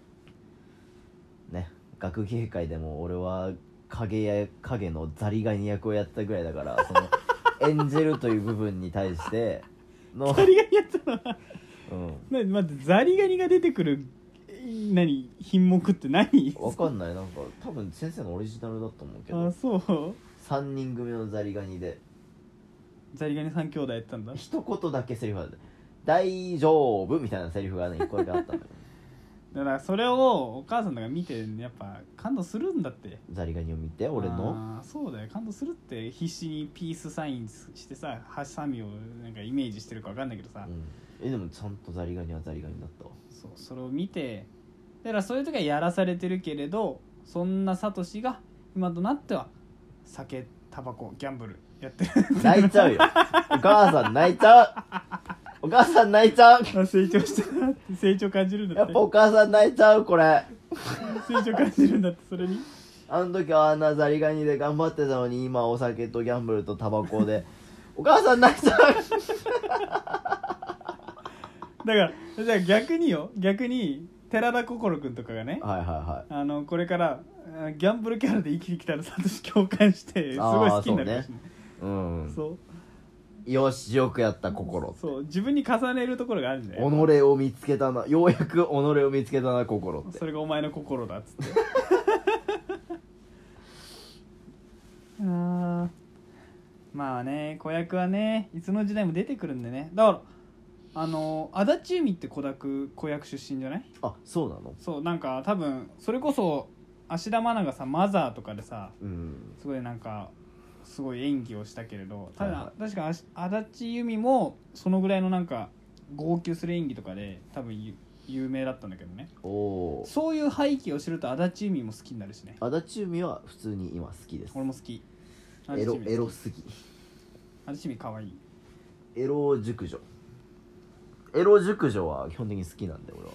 ね学芸会でも俺は影や影のザリガニ役をやってたぐらいだか らその演じるという部分に対して の、
ザリガニやったの
うん、
な待ってザリガニが出てくるえ何品目って何
わかんないなんか多分先生のオリジナルだと思うけ
あ
ど
そう
3人組のザリガニで
ザリガニ三兄弟やってたんだ
一言だけセリフある大丈夫みたいなセリフがね1個だけあったのよ
だからそれをお母さんとか見てやっぱ感動するんだって
ザリガニを見て俺の
あーそうだよ感動するって必死にピースサインしてさハサミをなんかイメージしてるか分かんないけどさ、
うん、えでもちゃんとザリガニはザリガニだったわ
そうそれを見てだからそういう時はやらされてるけれどそんなサトシが今となっては酒タバコギャンブルやってる
泣いちゃうよお母さん泣いちゃうお母さん泣いちゃう
あ成長したなって成長感じるんだ
や
っ
ってぱお母さん泣いちゃうこれ
成長感じるんだってそれに
あの時はあんなザリガニで頑張ってたのに今お酒とギャンブルとタバコでお母さん泣いちゃう
だからだから逆によ逆に寺田心君とかがね
はいはいは
あのこれからあギャンブルキャラで生きてきたらサトシ共感してすごい好きになるかもしれない
いうん
そう,、
よしよくやった心
そう自分に重ねるところがあるんだよ
己を見つけたなようやく己を見つけたな心って
それがお前の心だっつって あーまあね子役はねいつの時代も出てくるんでねだからあの足立由美って子役子役出身じゃない
あそうなの
そうなんか多分それこそ芦田愛菜がさ「マザー」とかでさ
うん
すごいなんかすごい演技をしたけれどただ、
はいは
確かあし足立由美もそのぐらいのなんか号泣する演技とかで多分ゆ有名だったんだけどね
おおー
そういう背景を知ると足立由美も好きになるしね
足立由美は普通に今好きです
俺も好き
エロ
足立
エ
由
ロ
美
すぎ
足立由美可愛い
エロ熟女エロ熟女は基本的に好きなんで俺は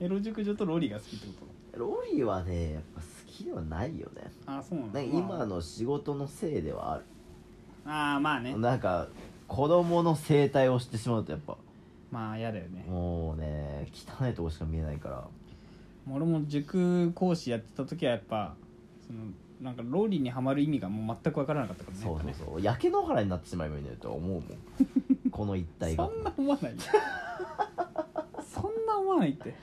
エロ熟女とロリが好きってこ
ロリはねやっぱ好きではないよね
とああそうなんだ
なんか今の仕事のせいではある
ああまあね
なんか子供の生態をしてしまうとやっぱ
まあ嫌だよね
もうね汚いとこしか見えないから
俺も塾講師やってた時はやっぱそのなんかロリにはまる意味がもう全く分からなかったからね
そう
やっぱね
そうそう焼け野原になってしまえばいいのよと思うもん この一体が
そんな思わないよ そんな思わないって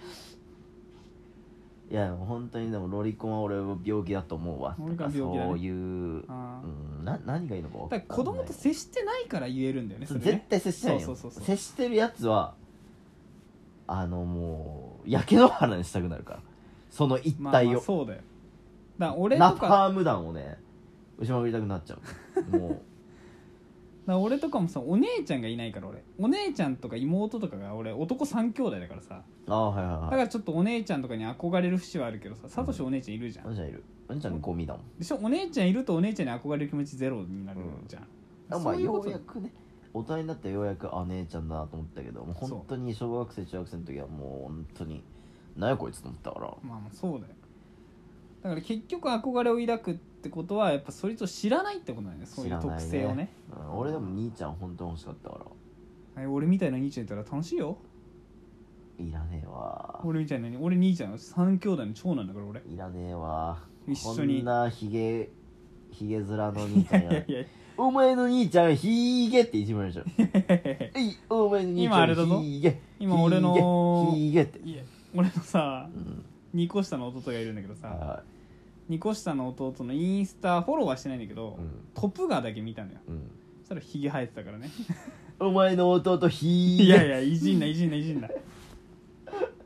いや本当にでもロリコンは俺は病気だと思うわ
俺が病気だね
そういう、うん、
あー
な何がいいのか分か
だ
んな
か
い
ら子供と接してないから言えるんだよねそれね
絶対接してないよ
そうそうそうそう
接してるやつはあのもう焼け野原にしたくなるからその一
まあ
体
まあ
を、
そうだよだから俺と
ナ
かだか
パーム弾をね牛まくりたくなっちゃう も
ら俺とかもさお姉ちゃんがいないから俺お姉ちゃんとか妹とかが俺男3兄弟だからさ
うああはい
だ
はい
か
はい
らちょっとお姉ちゃんとかに憧れる節はあるけどさサトシお姉ちゃんいるじゃん、
お姉ちゃんいるお姉ちゃんゴミだもん
でしょお姉ちゃんいるとお姉ちゃんに憧れる気持ちゼロになるじゃん、
あま
そ
あ
ういう
よ
こ
う
と
やくね大人になってようやくあ姉ちゃんだなと思ったけどもう本当に小学生中学生の時はもう本当に何やこいつと思ったから
まあまあそうだよだから結局憧れを抱くってことはやっぱそれと知らないってことだよねそういう特性をね
うん俺でも兄ちゃん本当に欲しかったか
は
ら
い俺みたいな兄ちゃんいたら楽しいよ
いらねえわ
俺みたいなに俺兄ちゃんは3兄弟の長男だから俺
いらねえわ
一緒に
こんなひげひげ面の兄ちゃんや
いやいやい
お前の兄ちゃんひげっていじめるでしょ
やいや
えいお前の兄ち
今あれだ
ゃ
ぞ
んひげ
今俺の
ひげって
いや俺のさ
うん
2個下の弟がいるんだけどさ
は
2個下の弟のインスタフォローはしてないんだけど、
うん
トップガーだけ見たのよ
いうん
そしたらヒゲ生えてたからね
お前の弟ひげ
いやいやいじんないじんないじ んなだか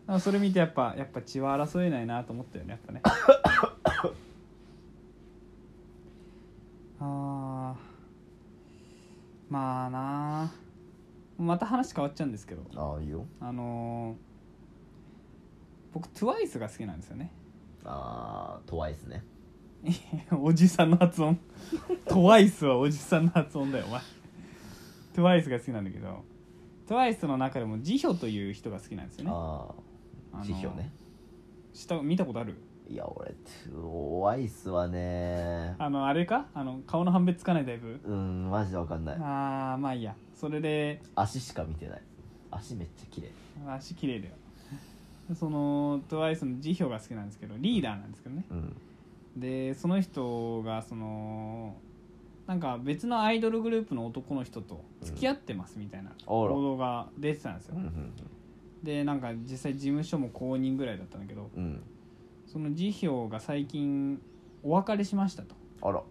らそれ見てやっぱやっぱ血は争えないなと思ったよねやっぱ ねあーまあなあまた話変わっちゃうんですけど
ああいいよ
あのー、僕 TWICE が好きなんですよね
ああトワイスね
おじさんの発音 TWICE はおじさんの発音だよお前 TWICE が好きなんだけど TWICE の中でもジヒョという人が好きなんですよね
あ
あ
あ
の
辞表ね
した見たことある
いや俺トワイスはね
あのあれかあの顔の判別つかないタイプ
うんマジでわかんない
ああまあいいやそれで
足しか見てない足めっちゃ綺麗
足綺麗だよその TWICE の辞表が好きなんですけどリーダーなんですけどね
うん
でその人がそのなんか別のアイドルグループの男の人と付き合ってますみたいな報道が出てたんですよ、
うん
でなんか実際事務所も公認ぐらいだったんだけど
うんうん
その辞表が最近お別れしましたと
あら
っ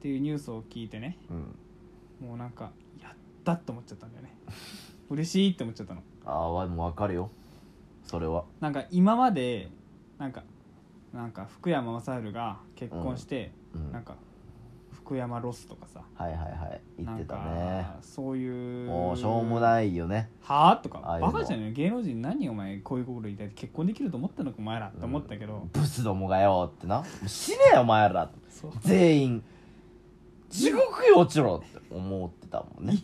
ていうニュースを聞いてね
うん
もうなんかやったって思っちゃったんだ よね嬉しいって思っちゃったの
ああわもう分かるよそれは
なんか今までなんかなんか福山雅治が結婚して、
うん
なんか福山ロスとかさ
はいはいはい言ってた
なん
ね
かそういう
もうしょうもないよね
はあとか
ああいうの
バカじゃねえ芸能人何お前こういう心抱いて結婚できると思ったのかお前らって思ったけど、
ブスどもがよってなもう死ねよお前ら
そう
全員地獄よ落ちろって思ってたもんね、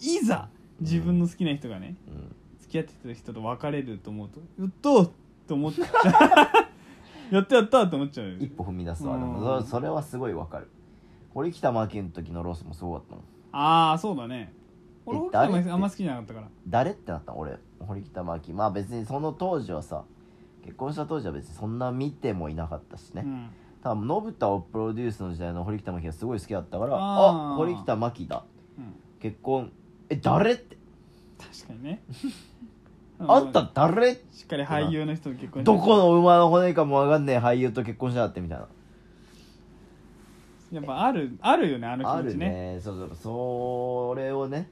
いざ自分の好きな人がね
うん、
付き合ってた人と別れると思うとやったーと思って やったやったと思っちゃうよ
一歩踏み出すわでも
うん
そそれはすごいわかる堀北真希の時のロスもすごかったもん
ああそうだね俺
え
北斗
誰って
もあんま好きじゃなかったから
誰ってなったの俺堀北真希まあ別にその当時はさ結婚した当時は別にそんな見てもいなかったしね、
うん
多分信太をプロデュースの時代の堀北真希がすごい好きだったからあ
あー
堀北真希だ
うん
結婚え誰って
確かにね
あんた誰
しっかり俳優の人と結婚して
どこの馬の骨かもわかんねえ俳優と結婚しなってみたいな
やっぱあるあるよねあの気
あ
持
る
ちね
ねそうそうそれをね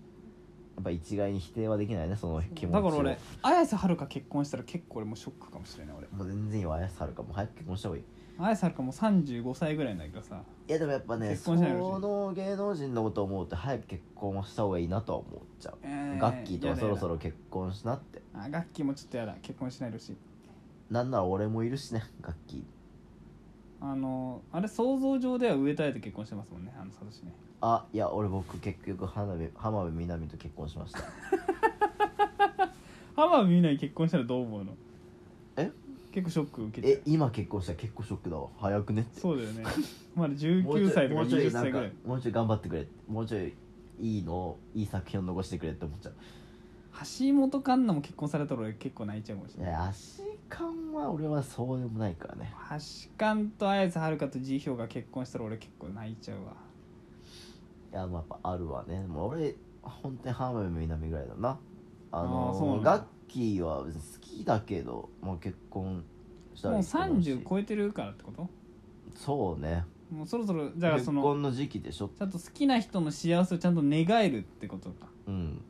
やっぱ一概に否定はできないねその気持ちを
だから俺綾瀬はるか結婚したら結構俺もうショックかもしれない俺
もう全然いいわ綾瀬はるかもう早く結婚した方がいい
綾瀬はるかもう35歳ぐらいなんだけどさ
いやでもやっぱね
結
そ
婚しないでほしい
の芸能人のことを思うと早く結婚はした方がいいなとは思っちゃう、
えー
ガッキーとはそろそろ
や
結婚しなって
だやだあガッキーもちょっとやだ結婚しないでほしい
なんなら俺もいるしねガッキー
あのあれ想像上では上田綾と結婚してますもんねあのサトシね
あいや俺僕結局浜辺浜辺美波と結婚しました
浜辺美波結婚したらどう思うの
え
結構ショック受け
え
て
今結婚したら結構ショックだわ早くねって
そうだ よねまだ
もうちょ
19
い
歳とか
もうちょい
20
なん
歳ぐらい
もうちょい頑張ってくれもうちょいいいのをいい作品を残してくれって思っちゃう
橋本環奈も結婚されたら俺結構泣いちゃうかもし
い
れない
や足感は俺はそうでもないからね
橋環と綾瀬はるかと辞表が結婚したら俺結構泣いちゃうわ
いやまあやっぱあるわねもう俺本当に浜辺美波ぐらいだなあ
あーそう
の
なんだ
ガッキーは別に好きだけどもう結婚した
もう
らいいと思うし
30超えてるからってこと
そうね
もうそろそろじゃあ
結
その
婚の時期でしょ
ちゃんと好きな人の幸せをちゃんと願えるってことか
うん
うん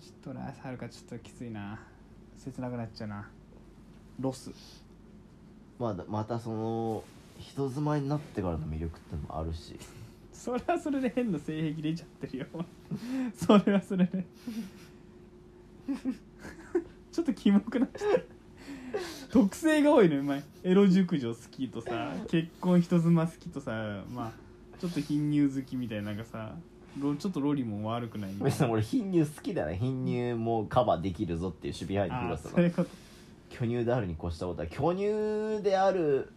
ちょっと俺はるかちょっときついな切なくなっちゃうなロス
まあだまたその人妻になってからの魅力ってのもあるし
それはそれで変な性癖出ちゃってるよ それはそれで ちょっとキモくなっちゃった特性が多いのよお前エロ熟女好きとさ結婚人妻好きとさまあちょっと貧乳好きみたいななんかさロちょっとロリも悪くないみたい
別
な
に俺貧乳好きだね貧乳もカバーできるぞっていう守備範囲の
あー
広さ
そうい
が
うこと
巨乳であるに越したことは巨乳である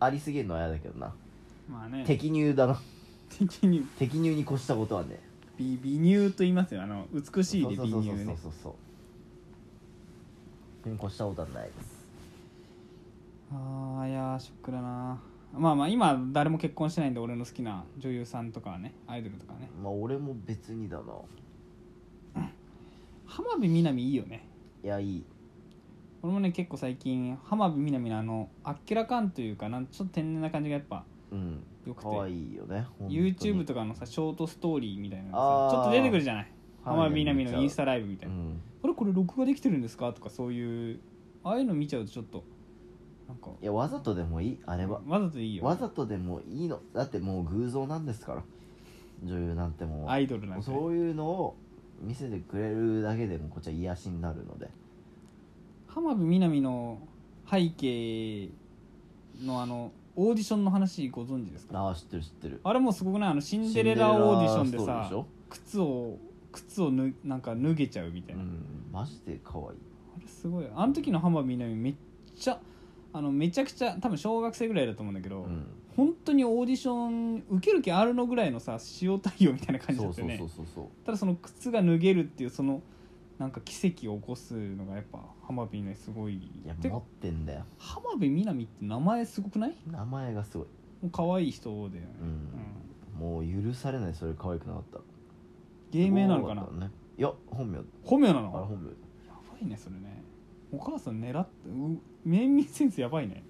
ありすぎるのは嫌だけどな
まあね
適乳だな
的に
適乳に越したことはね
美美乳と言いますよあの美しい
そう
で
そう
美
そう
乳
そうそう
ね
そうそうに越したことはないです
あーいやーショックだなまあまあ今誰も結婚してないんで俺の好きな女優さんとかはねアイドルとかはね
まあ俺も別にだな
浜辺美波いいよね
いやいい
俺もね結構最近浜辺美波のあのあっけらかんというかなんちょっと天然な感じがやっぱ
うん
よくて
可愛いよね
YouTube
と
とかのさショートストーリーみたいなの
あ
がさ
ー
ちょっと出てくるじゃない浜辺美波
見ちゃ
の
う
インスタライブみた
う
いな、
ん
あれこれ録画できてるんですかとかそういうああいうの見ちゃうとちょっとなんか
いやわざとでもいいあれは
わざといいよ
わざとでもいいのだってもう偶像なんですから女優なんてもう
アイドルなんて
そういうのを見せてくれるだけでもこっちは癒しになるので
浜辺美波の背景のあのオーディションの話ご存知ですか
ああ知ってる知ってる
あれもすごくないあのシンデレラオーディションで
シデレラ
さ
ストー
靴を靴をぬなんか脱げちゃうみた
リ
い
ーでしょ
うな、
んマジで可愛い
あれすごいあの時の浜辺美波めっちゃあのめちゃくちゃ多分小学生ぐらいだと思うんだけど、
うん
本当にオーディション受ける気あるのぐらいのさ塩対応みたいな感じだっ
そう
た
そ
よ
う
ね
そうそうそう
ただその靴が脱げるっていうそのなんか奇跡を起こすのがやっぱ浜辺美波すごい
いや
て
持ってんだよ
浜辺美波って名前すごくない
名前がすごい
もう可愛い人だよね、
う、
うん
もう許されないそれ可愛くなかった
芸名なのかな
すごったねいや本名あれ
本名なの
本名
やばいねそれねお母さん狙ってうネーミングセンスやばいね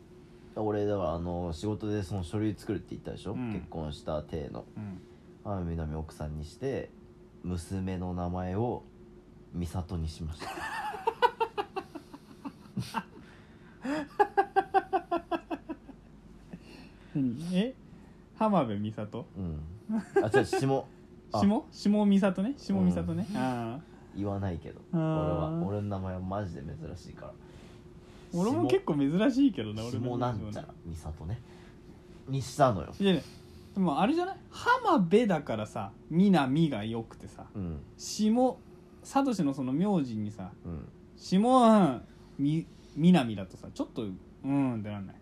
俺だからあの仕事でその書類作るって言ったでしょ、
うん
結婚した体の
うん
天海南奥さんにして娘の名前を美里にし ました
え浜辺美里
うんあ違う下あ
下下美里ね下美里ね、ああ
言わないけど
あ
俺
ー
は俺の名前はマジで珍しいから
俺も結構珍しいけどな俺
下
の
なんちゃら美里ねにしたのよ
いやいやでもあれじゃない浜辺だからさ南がよくてさ
うん
下サトシのその名字にさ
うん
下み南だとさちょっとうんってなんない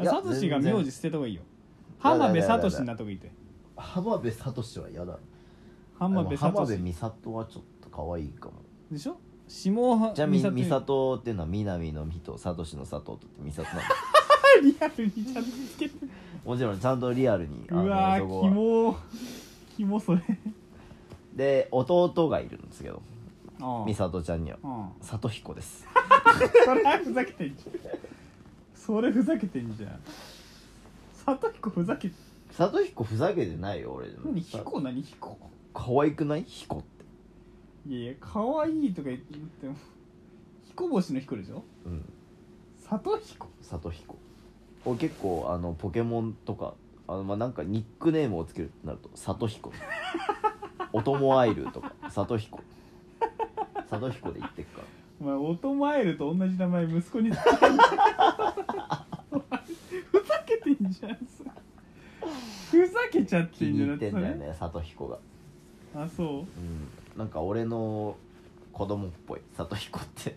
いや
サトシが名
全
字
然
捨てた方がいいよ
や
浜辺
いやいや
サ
いや
トシになった方がいいって
浜辺聡は嫌だ
浜辺サ
浜
ト
辺
シ
美里はちょっと可愛いかも
でしょ下
じゃあみ
美里
美里っていうのは南の美と聡の佐藤とって美里なの
リアルにちゃんとつけてる
もちろんちゃんとリアルに
う
あの
わ
そ
ー
こ
キ
は
モキモそれ
で弟がいるんですけど
あ
美里ちゃんには
あ
里彦です
それはふざけてんじゃんそれふざけてんじゃん里彦ふざけて
里彦ふざけてないよ俺でも
何彦何彦
可愛くない彦って
いやいや可愛いとか言っても彦星の彦でしょ
うん
里彦
里彦俺結構あのポケモンとかあのまあなんかニックネームをつけるってなると里彦オトモアイルとか里彦里彦で言ってっから
お前オトマエルと同じ名前息子につけてんじゃんお前ふざけてんじゃんそれふざけちゃって
気
ん
に
じゃん
入ってんだよ
だって
ね里彦が
それあそ
うんなんか俺の子供っぽい里彦って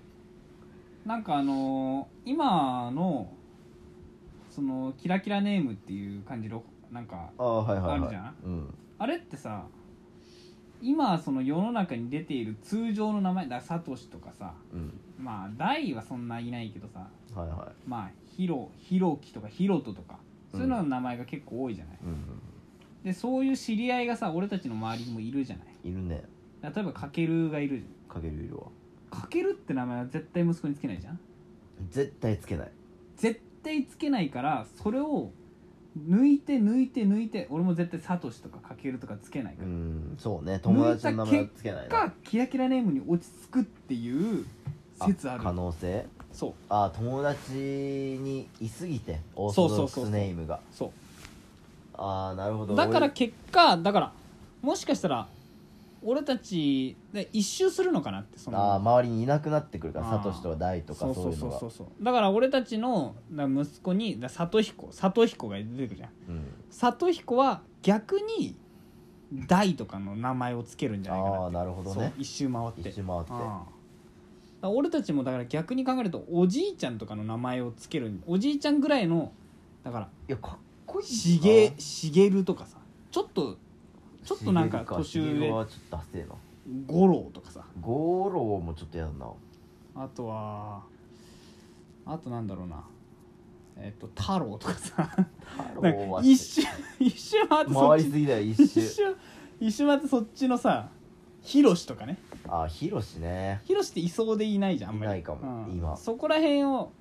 うなんかあのー今のそのキラキラネームっていう感じのなんか
ああはいはいはい
あるじゃん
うん
あれってさ今その世の中に出ている通常の名前だサトシとかさ
うん
まあ大はそんないないけどさ
はいは
まあヒロヒロキとかヒロトとかそういうのの名前が結構多いじゃない、
いうん
でそういう知り合いがさ俺たちの周りにもいるじゃない
いるね
例えばかけるがいるじ
かけるいるわ
ゃんかけるって名前は絶対息子につけないじゃん
絶対つけない
絶対つけないからそれを抜いて抜いて抜いて俺も絶対サトシとかかけるとかつけないか
う
ら、
んそうね友達の名前はつけないな
かキラキラネームに落ち着くっていう説ある
可能性
そう
あ友達にいすぎてオー
そう
ソ
そ
ド
う
ッ
そう
クスネームが
そ
ああなるほ
う
ど
だから
俺
結果だからもしかしたら俺たちで一周するのかなってその
あー周りにいなくなってくるか
あ
ら
ー
サトシとかダイとかそういうのが
そうそうだから俺たちのだから息子にだ里彦里彦が出てくるじゃん
うん
里彦は逆に大とかの名前をつけるんじゃないかな
ああなるほどね
そう一周回って
一周回って
ああだから俺たちもだから逆に考えるとおじいちゃんとかの名前をつけるんおじいちゃんぐらいのだから
いやかっこいい
しげしげるとかさちょっとちょっとなんか
しげる
年
しげる
上
はちょっとダセえな
五郎とかさ
ゴロもちょっとやだな
あとはあとなんだろうなえっと太郎とかさ
太
なん
郎
か
は
一周一周回ってそ
回
っ
り
ち
すぎだよ一
一
周
周一周回ってそっちのさヒロシとかね
ああヒロシね
ヒロシっていそうでいないじゃんあんまり
いないかも
うん
今
そこら辺を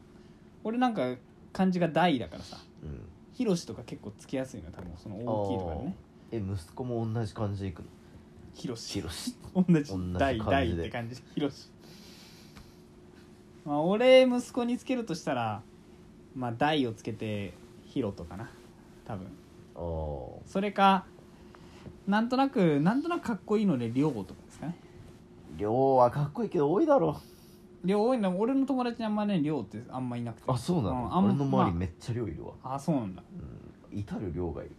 俺なんか漢字が大だからさ
うん
ヒロシとか結構つきやすいのよ多分その大きいとかね
え息子も同じ感じでいくの
ヒロシ
ヒロシ
同じ
同じ
大
感じで
大って感じヒロシまあ俺息子につけるとしたらまあ大をつけてヒロトかな多分
ああ
それかなんとなくなんとなくかっこいいので両とかですかね
量はかっこいいけど多いだろ
両多いの俺の友達にあんまね両ってあんまいなくて
あそうなの、
うんあんま
俺の周りめっちゃ量いるわ、
あそうなんだ
うん、至る量がいる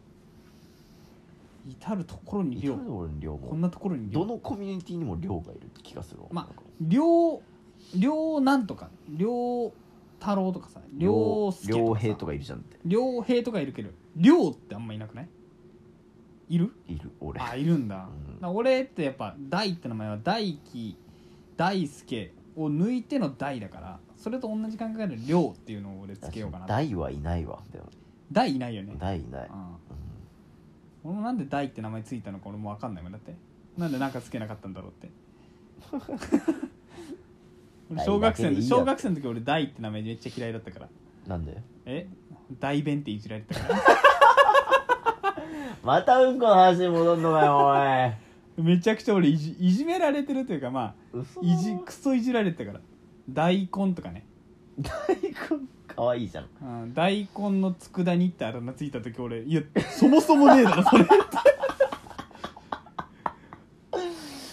至る所に
至
両
る所に量も
こんなところに
ど
両
のコミュニティにも量がいる気がするわ
まあ
なんか
両両なんとか両太郎とかさ両助
両兵と
か
かいるじゃんって
さ両兵とかいるけど両ってあんまいなくないいる
いる俺
あいるんだ,、
うん
俺ってやっぱ大って名前は大輝大輔を抜いての大だからそれと同じ考えで量っていうのを俺つけようかな大
大はいないわでも
いないよね、
大いない、
うん、
う
俺もなんで大って名前ついたのか俺も分かんないもんだってなんでなんかつけなかったんだろうって 俺小学生
大だ
の
けでいいよ
小学生の時俺大って名前めっちゃ嫌いだったから
んなんで
え大弁っていじられてたから
またうんこの話に戻んのかよ
めちゃくちゃ俺いじいじめられてるというかまあ
おい 嘘
いじクソいじられてたから大根とかね、
大根かわいいじゃん
うん、大根の佃煮ってあだ名ついた時俺いやそもそもねえだろそれって俺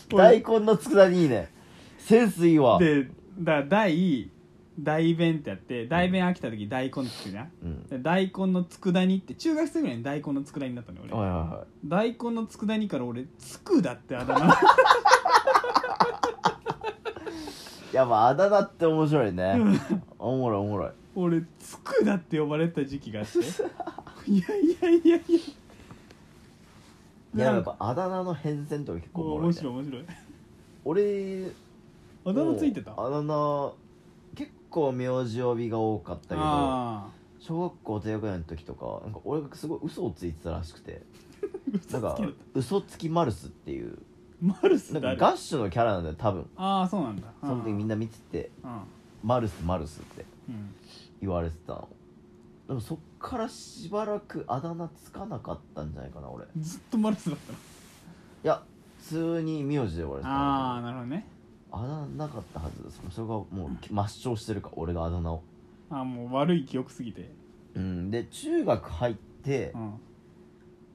大根の佃煮いいねセンスいいわ
でだ大大弁ってやって大弁飽きた時大根って言うじゃん
うん
で大根の佃煮って中学生ぐらいに大根の佃煮になったのよ俺
はいは
大根の佃煮から俺つくだってあだ 名
いはいいやまああだ名って面白いねおもろいお もろい
俺つくだって呼ばれてた時期があっていやいやいやいや
いややっぱあだ名の変遷とか結構お
面
もろいね
白い面白い
俺
あだ名ついてた
あだ名結構名字呼びが多かったけど
あ
小学校低学年の時とかなんか俺がすごい嘘をついてたらしくて
ー嘘
なん
つ
か
ける
嘘つきマルスっていう
マルス
な
っ
ん
てあ
か
る
ガッシュのキャラなんだよ多分
ああそうなんだ
その時みん
な
な見てて
うん
「マルスマルス」って
うん
言われてたのでもそっからしばらくあだ名つかなかったんじゃないかな俺い
ずっとマルスだったの
や普通に名字で呼ばれてた
ああ
あ
なるほどね
あだ名なかったはずそそれがもう抹消してるから俺があだ名を
ああもう悪い記憶すぎて
うんで中学入って、
うん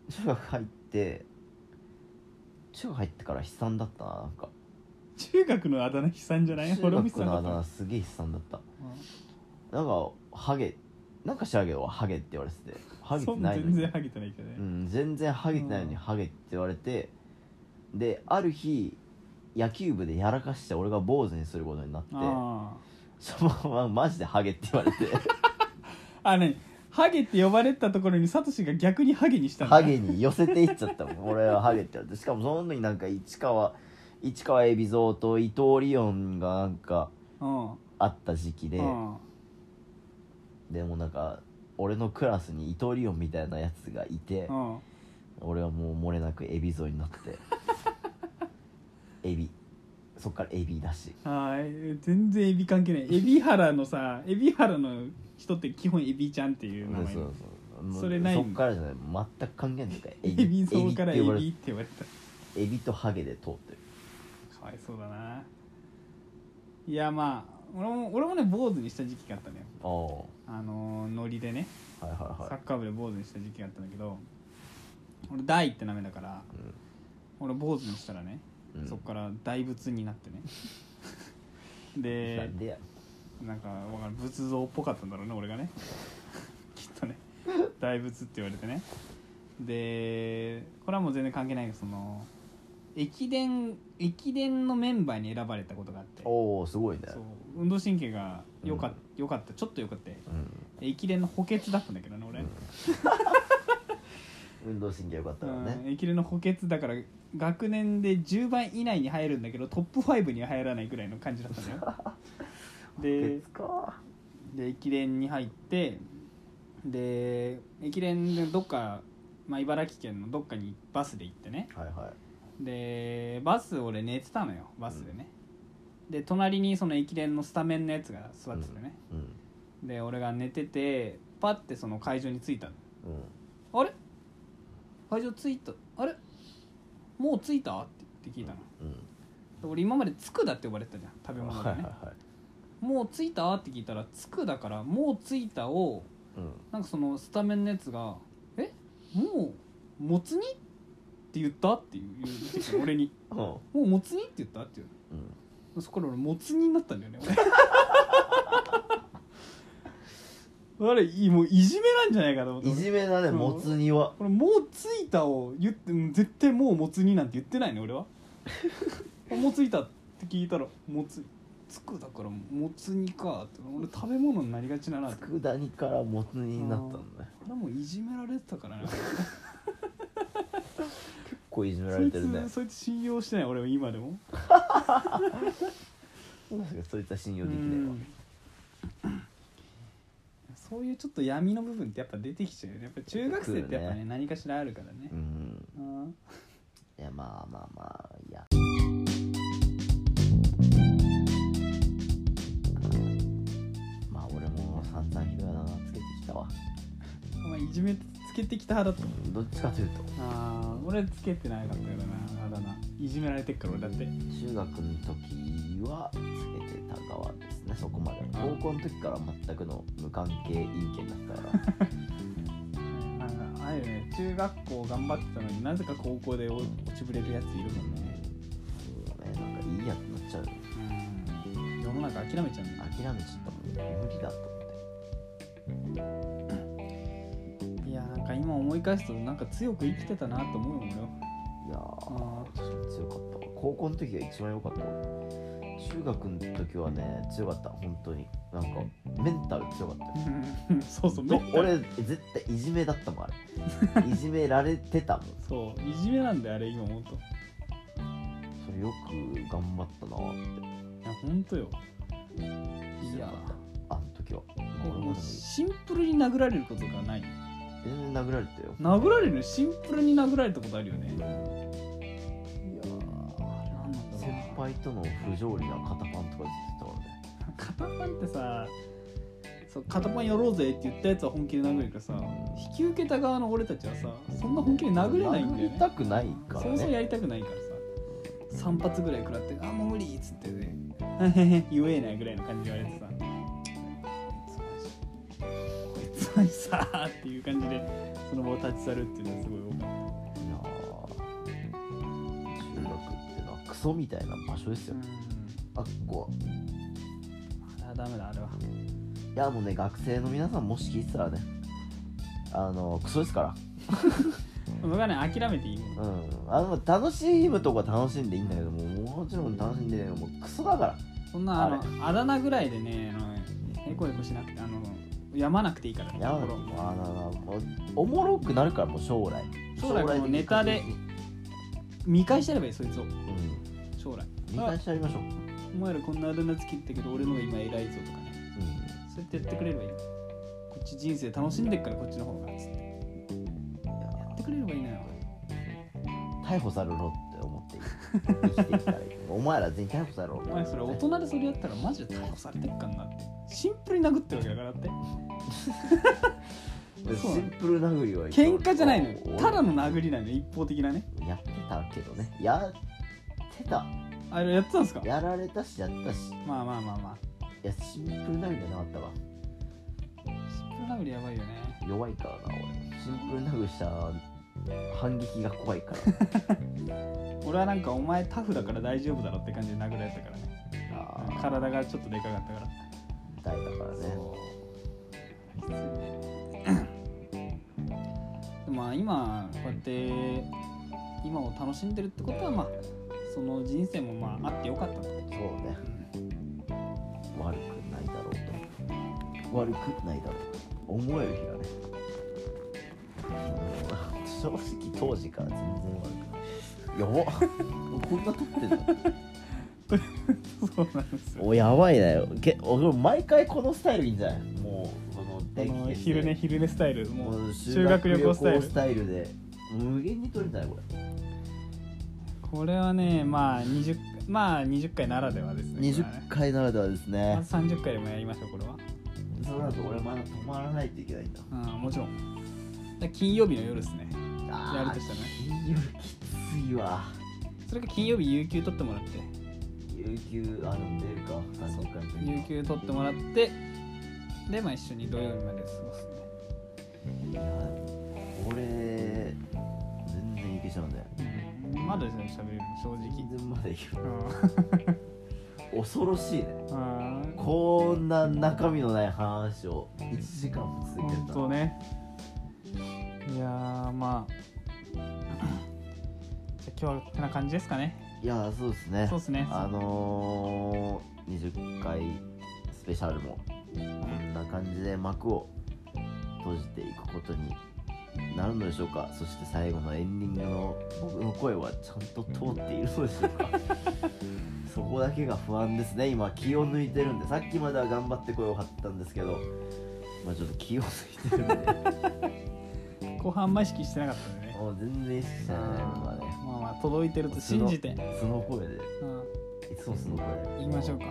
中学入って中学入ってから悲惨だったななんか
中学のあだ名悲惨じゃない
中
俺も悲
学
惨
の
だ
あ
っ
だ
た
名すげえ悲惨だった
うん
なんかハゲなんか知らんけどハゲって言われててハゲてない
そ
の
う全
に
然ハゲてないけど
う
ね
ん、全然ハゲてないのに
うん
ハゲって言われて、である日野球部でやらかして俺が坊主にすることになって
あ
そのままマジでハゲって言われて
ああ何ハゲって呼ばれてたところにサトシが逆にハゲにしたんだ
ハゲに寄せていっちゃったもん俺はハゲって言われてしかもその時なんか市川市川海老蔵と伊藤リオンがなんか
うん
あった時期で、
うん
でもなんか俺のクラスに伊藤リオンみたいなやつがいて、
うん
俺はもう漏れなくエビ像になって エビそっからエビだし
はい全然エビ関係ないエビ原のさエビ原の人って基本エビちゃんっていう名前
そうそうもう
それない
そっからじゃない全く関係ないから
エビそうからエ
エビって呼ば
ビ
れ
って言われた
エビとハゲで通ってる
かわいそうだないやまあ俺も俺もね坊主にした時期があったのよ
ああは
あのーノリでね
いはい
サ
はい
ッカー部で坊主にした時期があったんだけど俺大って名前だから俺坊主にしたらね、
うんうん
そっから大仏になって ね
な
で
んでや
なんかわかんない仏像っぽかったんだろうね俺がね きっとね大仏って言われてねでこれはもう全然関係ないけどその駅伝駅伝のメンバーに選ばれたことがあってそ
おおすごいね
う運動神経がよか,、
うん
よかったちょっとよかった
うん
駅伝の補欠だったんだけどね俺、
運動神経良かったから
うん、
ね
駅伝の補欠だから学年で10番以内に入るんだけどトップ5には入らないぐらいの感じだ ったんだよで
鉄か
で駅伝に入ってで駅伝でどっか、まあ、茨城県のどっかにバスで行ってね
はいはい
でバス俺寝てたのよバスでね、で隣にその駅伝のスタメンのやつが座っててね、
うん
で俺が寝ててパッてその会場に着いたの
うん
あれ会場着いたあれもう着いたって言って聞いたの、
うん
で俺今まで「つくだ」って呼ばれてたじゃん食べ物
はい
で
はい
ね
はい
「もう着いた?」って聞いたら「つくだ」から「もう着いた」を
うん
なんかそのスタメンのやつが「えもうもつ煮って言った?」っていう言うてきた俺に
う
「
ん
もうもつ煮って言った?」って言う
うん
そこから俺もつ煮になったんだよね 俺あれいいもういじめなんじゃないかと思って
いじめだね
うん
もつ煮は
俺もうついたを言ってうん絶対もうもつ煮なんて言ってないね俺はあもうついたって聞いたらもつつくだからもつ煮かって俺食べ物になりがちだなって
佃煮からもつ煮になったんだね
俺もういじめられてたからね
結構いじめら
そ
れ
い
てるね
つそいつ信用してない俺は今でも
なんかそいつは信
う
用できないわ
んそういうちょっと闇の部分ってやっぱ出てきちゃうよねやっぱ中学生ってやっぱ
来る
ね
ね
何かしらあるからね
う、ん
うん
いやまあまあまあいやまあ俺も散々ひどいなつけてきたわ
お前いじめつけてきた派だった
どっちかというと
ああ俺つけてなかったからなあだ名いじめられてっから俺だって
中学の時はつけてた側ですねそこまで高校の時から全くの無関係陰キャだったから
なんかああいうね中学校頑張ってたのになぜか高校でお落ちぶれるやついるもんね
そうねなんかいいやつになっちゃうよ
うん世の中諦めちゃうんだ
諦めちゃったもんね無理だと思って
いやなんか今思い返すとなんか強く生きてたなと思うよ俺はい
や
あ
ー
ー
強かったわ高校の時が一番良かったわ中学の時はね強かった本当になんかメンタル強かったよ
うん そうそう
ど
めったに
俺絶対いじめだったもんあれいじめられてたもん
そういじめなんだよあれ今思うとい
それよく頑張ったなーって
や本当よい
強
や
かったあの時は俺
も
も
う
でも
シンプルに殴られることがない
全然殴られたよ
殴られるのシンプルに殴られたことあるよね
いや
あれなんだろう
先
な
輩との不条理な肩パンとかずっと言ってたからね
片パンってさそう片パンやろうぜって言ったやつは本気で殴るけどさ引き受けた側の俺たちはさそんな本気で殴れないんだよ
殴
ね
りたくないから
そ
ね
もそもやりたくないからさ3発ぐらい食らって「あもう無理」っつってね 「言えない」ぐらいの感じで言われてさ「こいつはさ」っていう感じでその場を立ち去るっていうのがすごい多かっ
いやー中学ってのはクソみたいな場所です
た
よ、あっこは
あれはダメだあれはい
やもうね学生の皆さんもし聞いてたらねあのクソですか
僕はね諦めていいもん
らうんあの楽しむとこは楽しんでいいんだけどももちろん楽しんでないのもうクソだから
そんなあのあだ名ぐらいでねあのへこへこしなくてあのやまなくていいからね
やばい
心
あのもうおもろくなるからもう将来
将来この
的に
ネタで見返してやればいいそいつを
うん
将来
見返してやりましょう
お前らこんなあだ名つけてたけど俺の方が今偉いぞとかね
うん
そうやってやってくれればいいこっち人生楽しんでっからこっちの方がつってや
いや
ってくれればいいのよ
逮捕されろって思って生きていきたらいいお前ら全員逮捕されろ
お前それ大人でそれやったらマジで逮捕されてっかんなってシンプルに殴ってるわけだからだってそう
シンプル殴りは一
喧
番
嘩じゃないのよ
俺
ただの殴りなのよ一方的なね
やってたけどねやってた
あれやってたんですか
やられたしやったし
まあまあまあま
いやシンプル殴りじゃなかったわ
あシンプル殴りやばいよね
弱いからな俺シンプル殴りしたら反撃が怖 いから
俺はなんかお前タフだから大丈夫だろって感じで殴られたからね
あー
体がちょっとでかかったから
大だからね
そうきついねでもまあ今こうやって今を楽しんでるってことはまあその人生もまああってよかったと、
そうね悪くないだろうと悪くないだろうと思える日がねうん正直当時から全然悪くないやばっこんな撮ってんの
そうなんですよ
おやばいだよけ俺毎回このスタイルいいんじゃないもうこの
あ
電
の
気
昼寝昼寝スタイルも
も
う
う
修
修
学
学
旅行
旅行
スタイル
スタイルで無限に撮りたいこれ
これはねまあ20まあ20回ならではですねこれはね
20回ならではです
ま
ね
ず30回でもやりましょうこれは、
その後俺まだ止まらないといけないんだ
うん、もちろんだ金曜日の夜ですねやる
あ
としたらね
金曜きついわ
それか金曜日有給取ってもらって
有給あの出るか3週間と
有給取ってもらってでまあ一緒に土曜日まで過ごすね
いや俺全然いけちゃうんだよ
まだですね喋れる正 直
全然まだいける
う
恐ろしいね
んうん
こんな中身のない話を1時間も続け
本
た
当ねいやーまあじゃあ今日はってな感じですかね
いやそうですね
そうですね
あのー、20回スペシャルもこんな感じで幕を閉じていくことになるのでしょうかそして最後のエンディングの僕の声はちゃんと通っているのでしょう かそこだけが不安ですね今気を抜いてるんでさっきまでは頑張って声を張ったんですけどまあちょっと気を抜いてるんで
後半あんま意識してなかったんでね
もう全然意識してないまあね
まあまあ届いてると信じて、
そのその声
う
で
ん、
いつもその声で
言いましょうか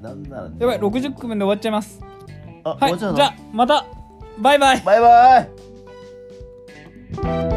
なんなら
やばい60分で終わっちゃいます
あ、
はい
もうち
じ
ょ
ゃ
いの
あまたバイバイ
バイバイ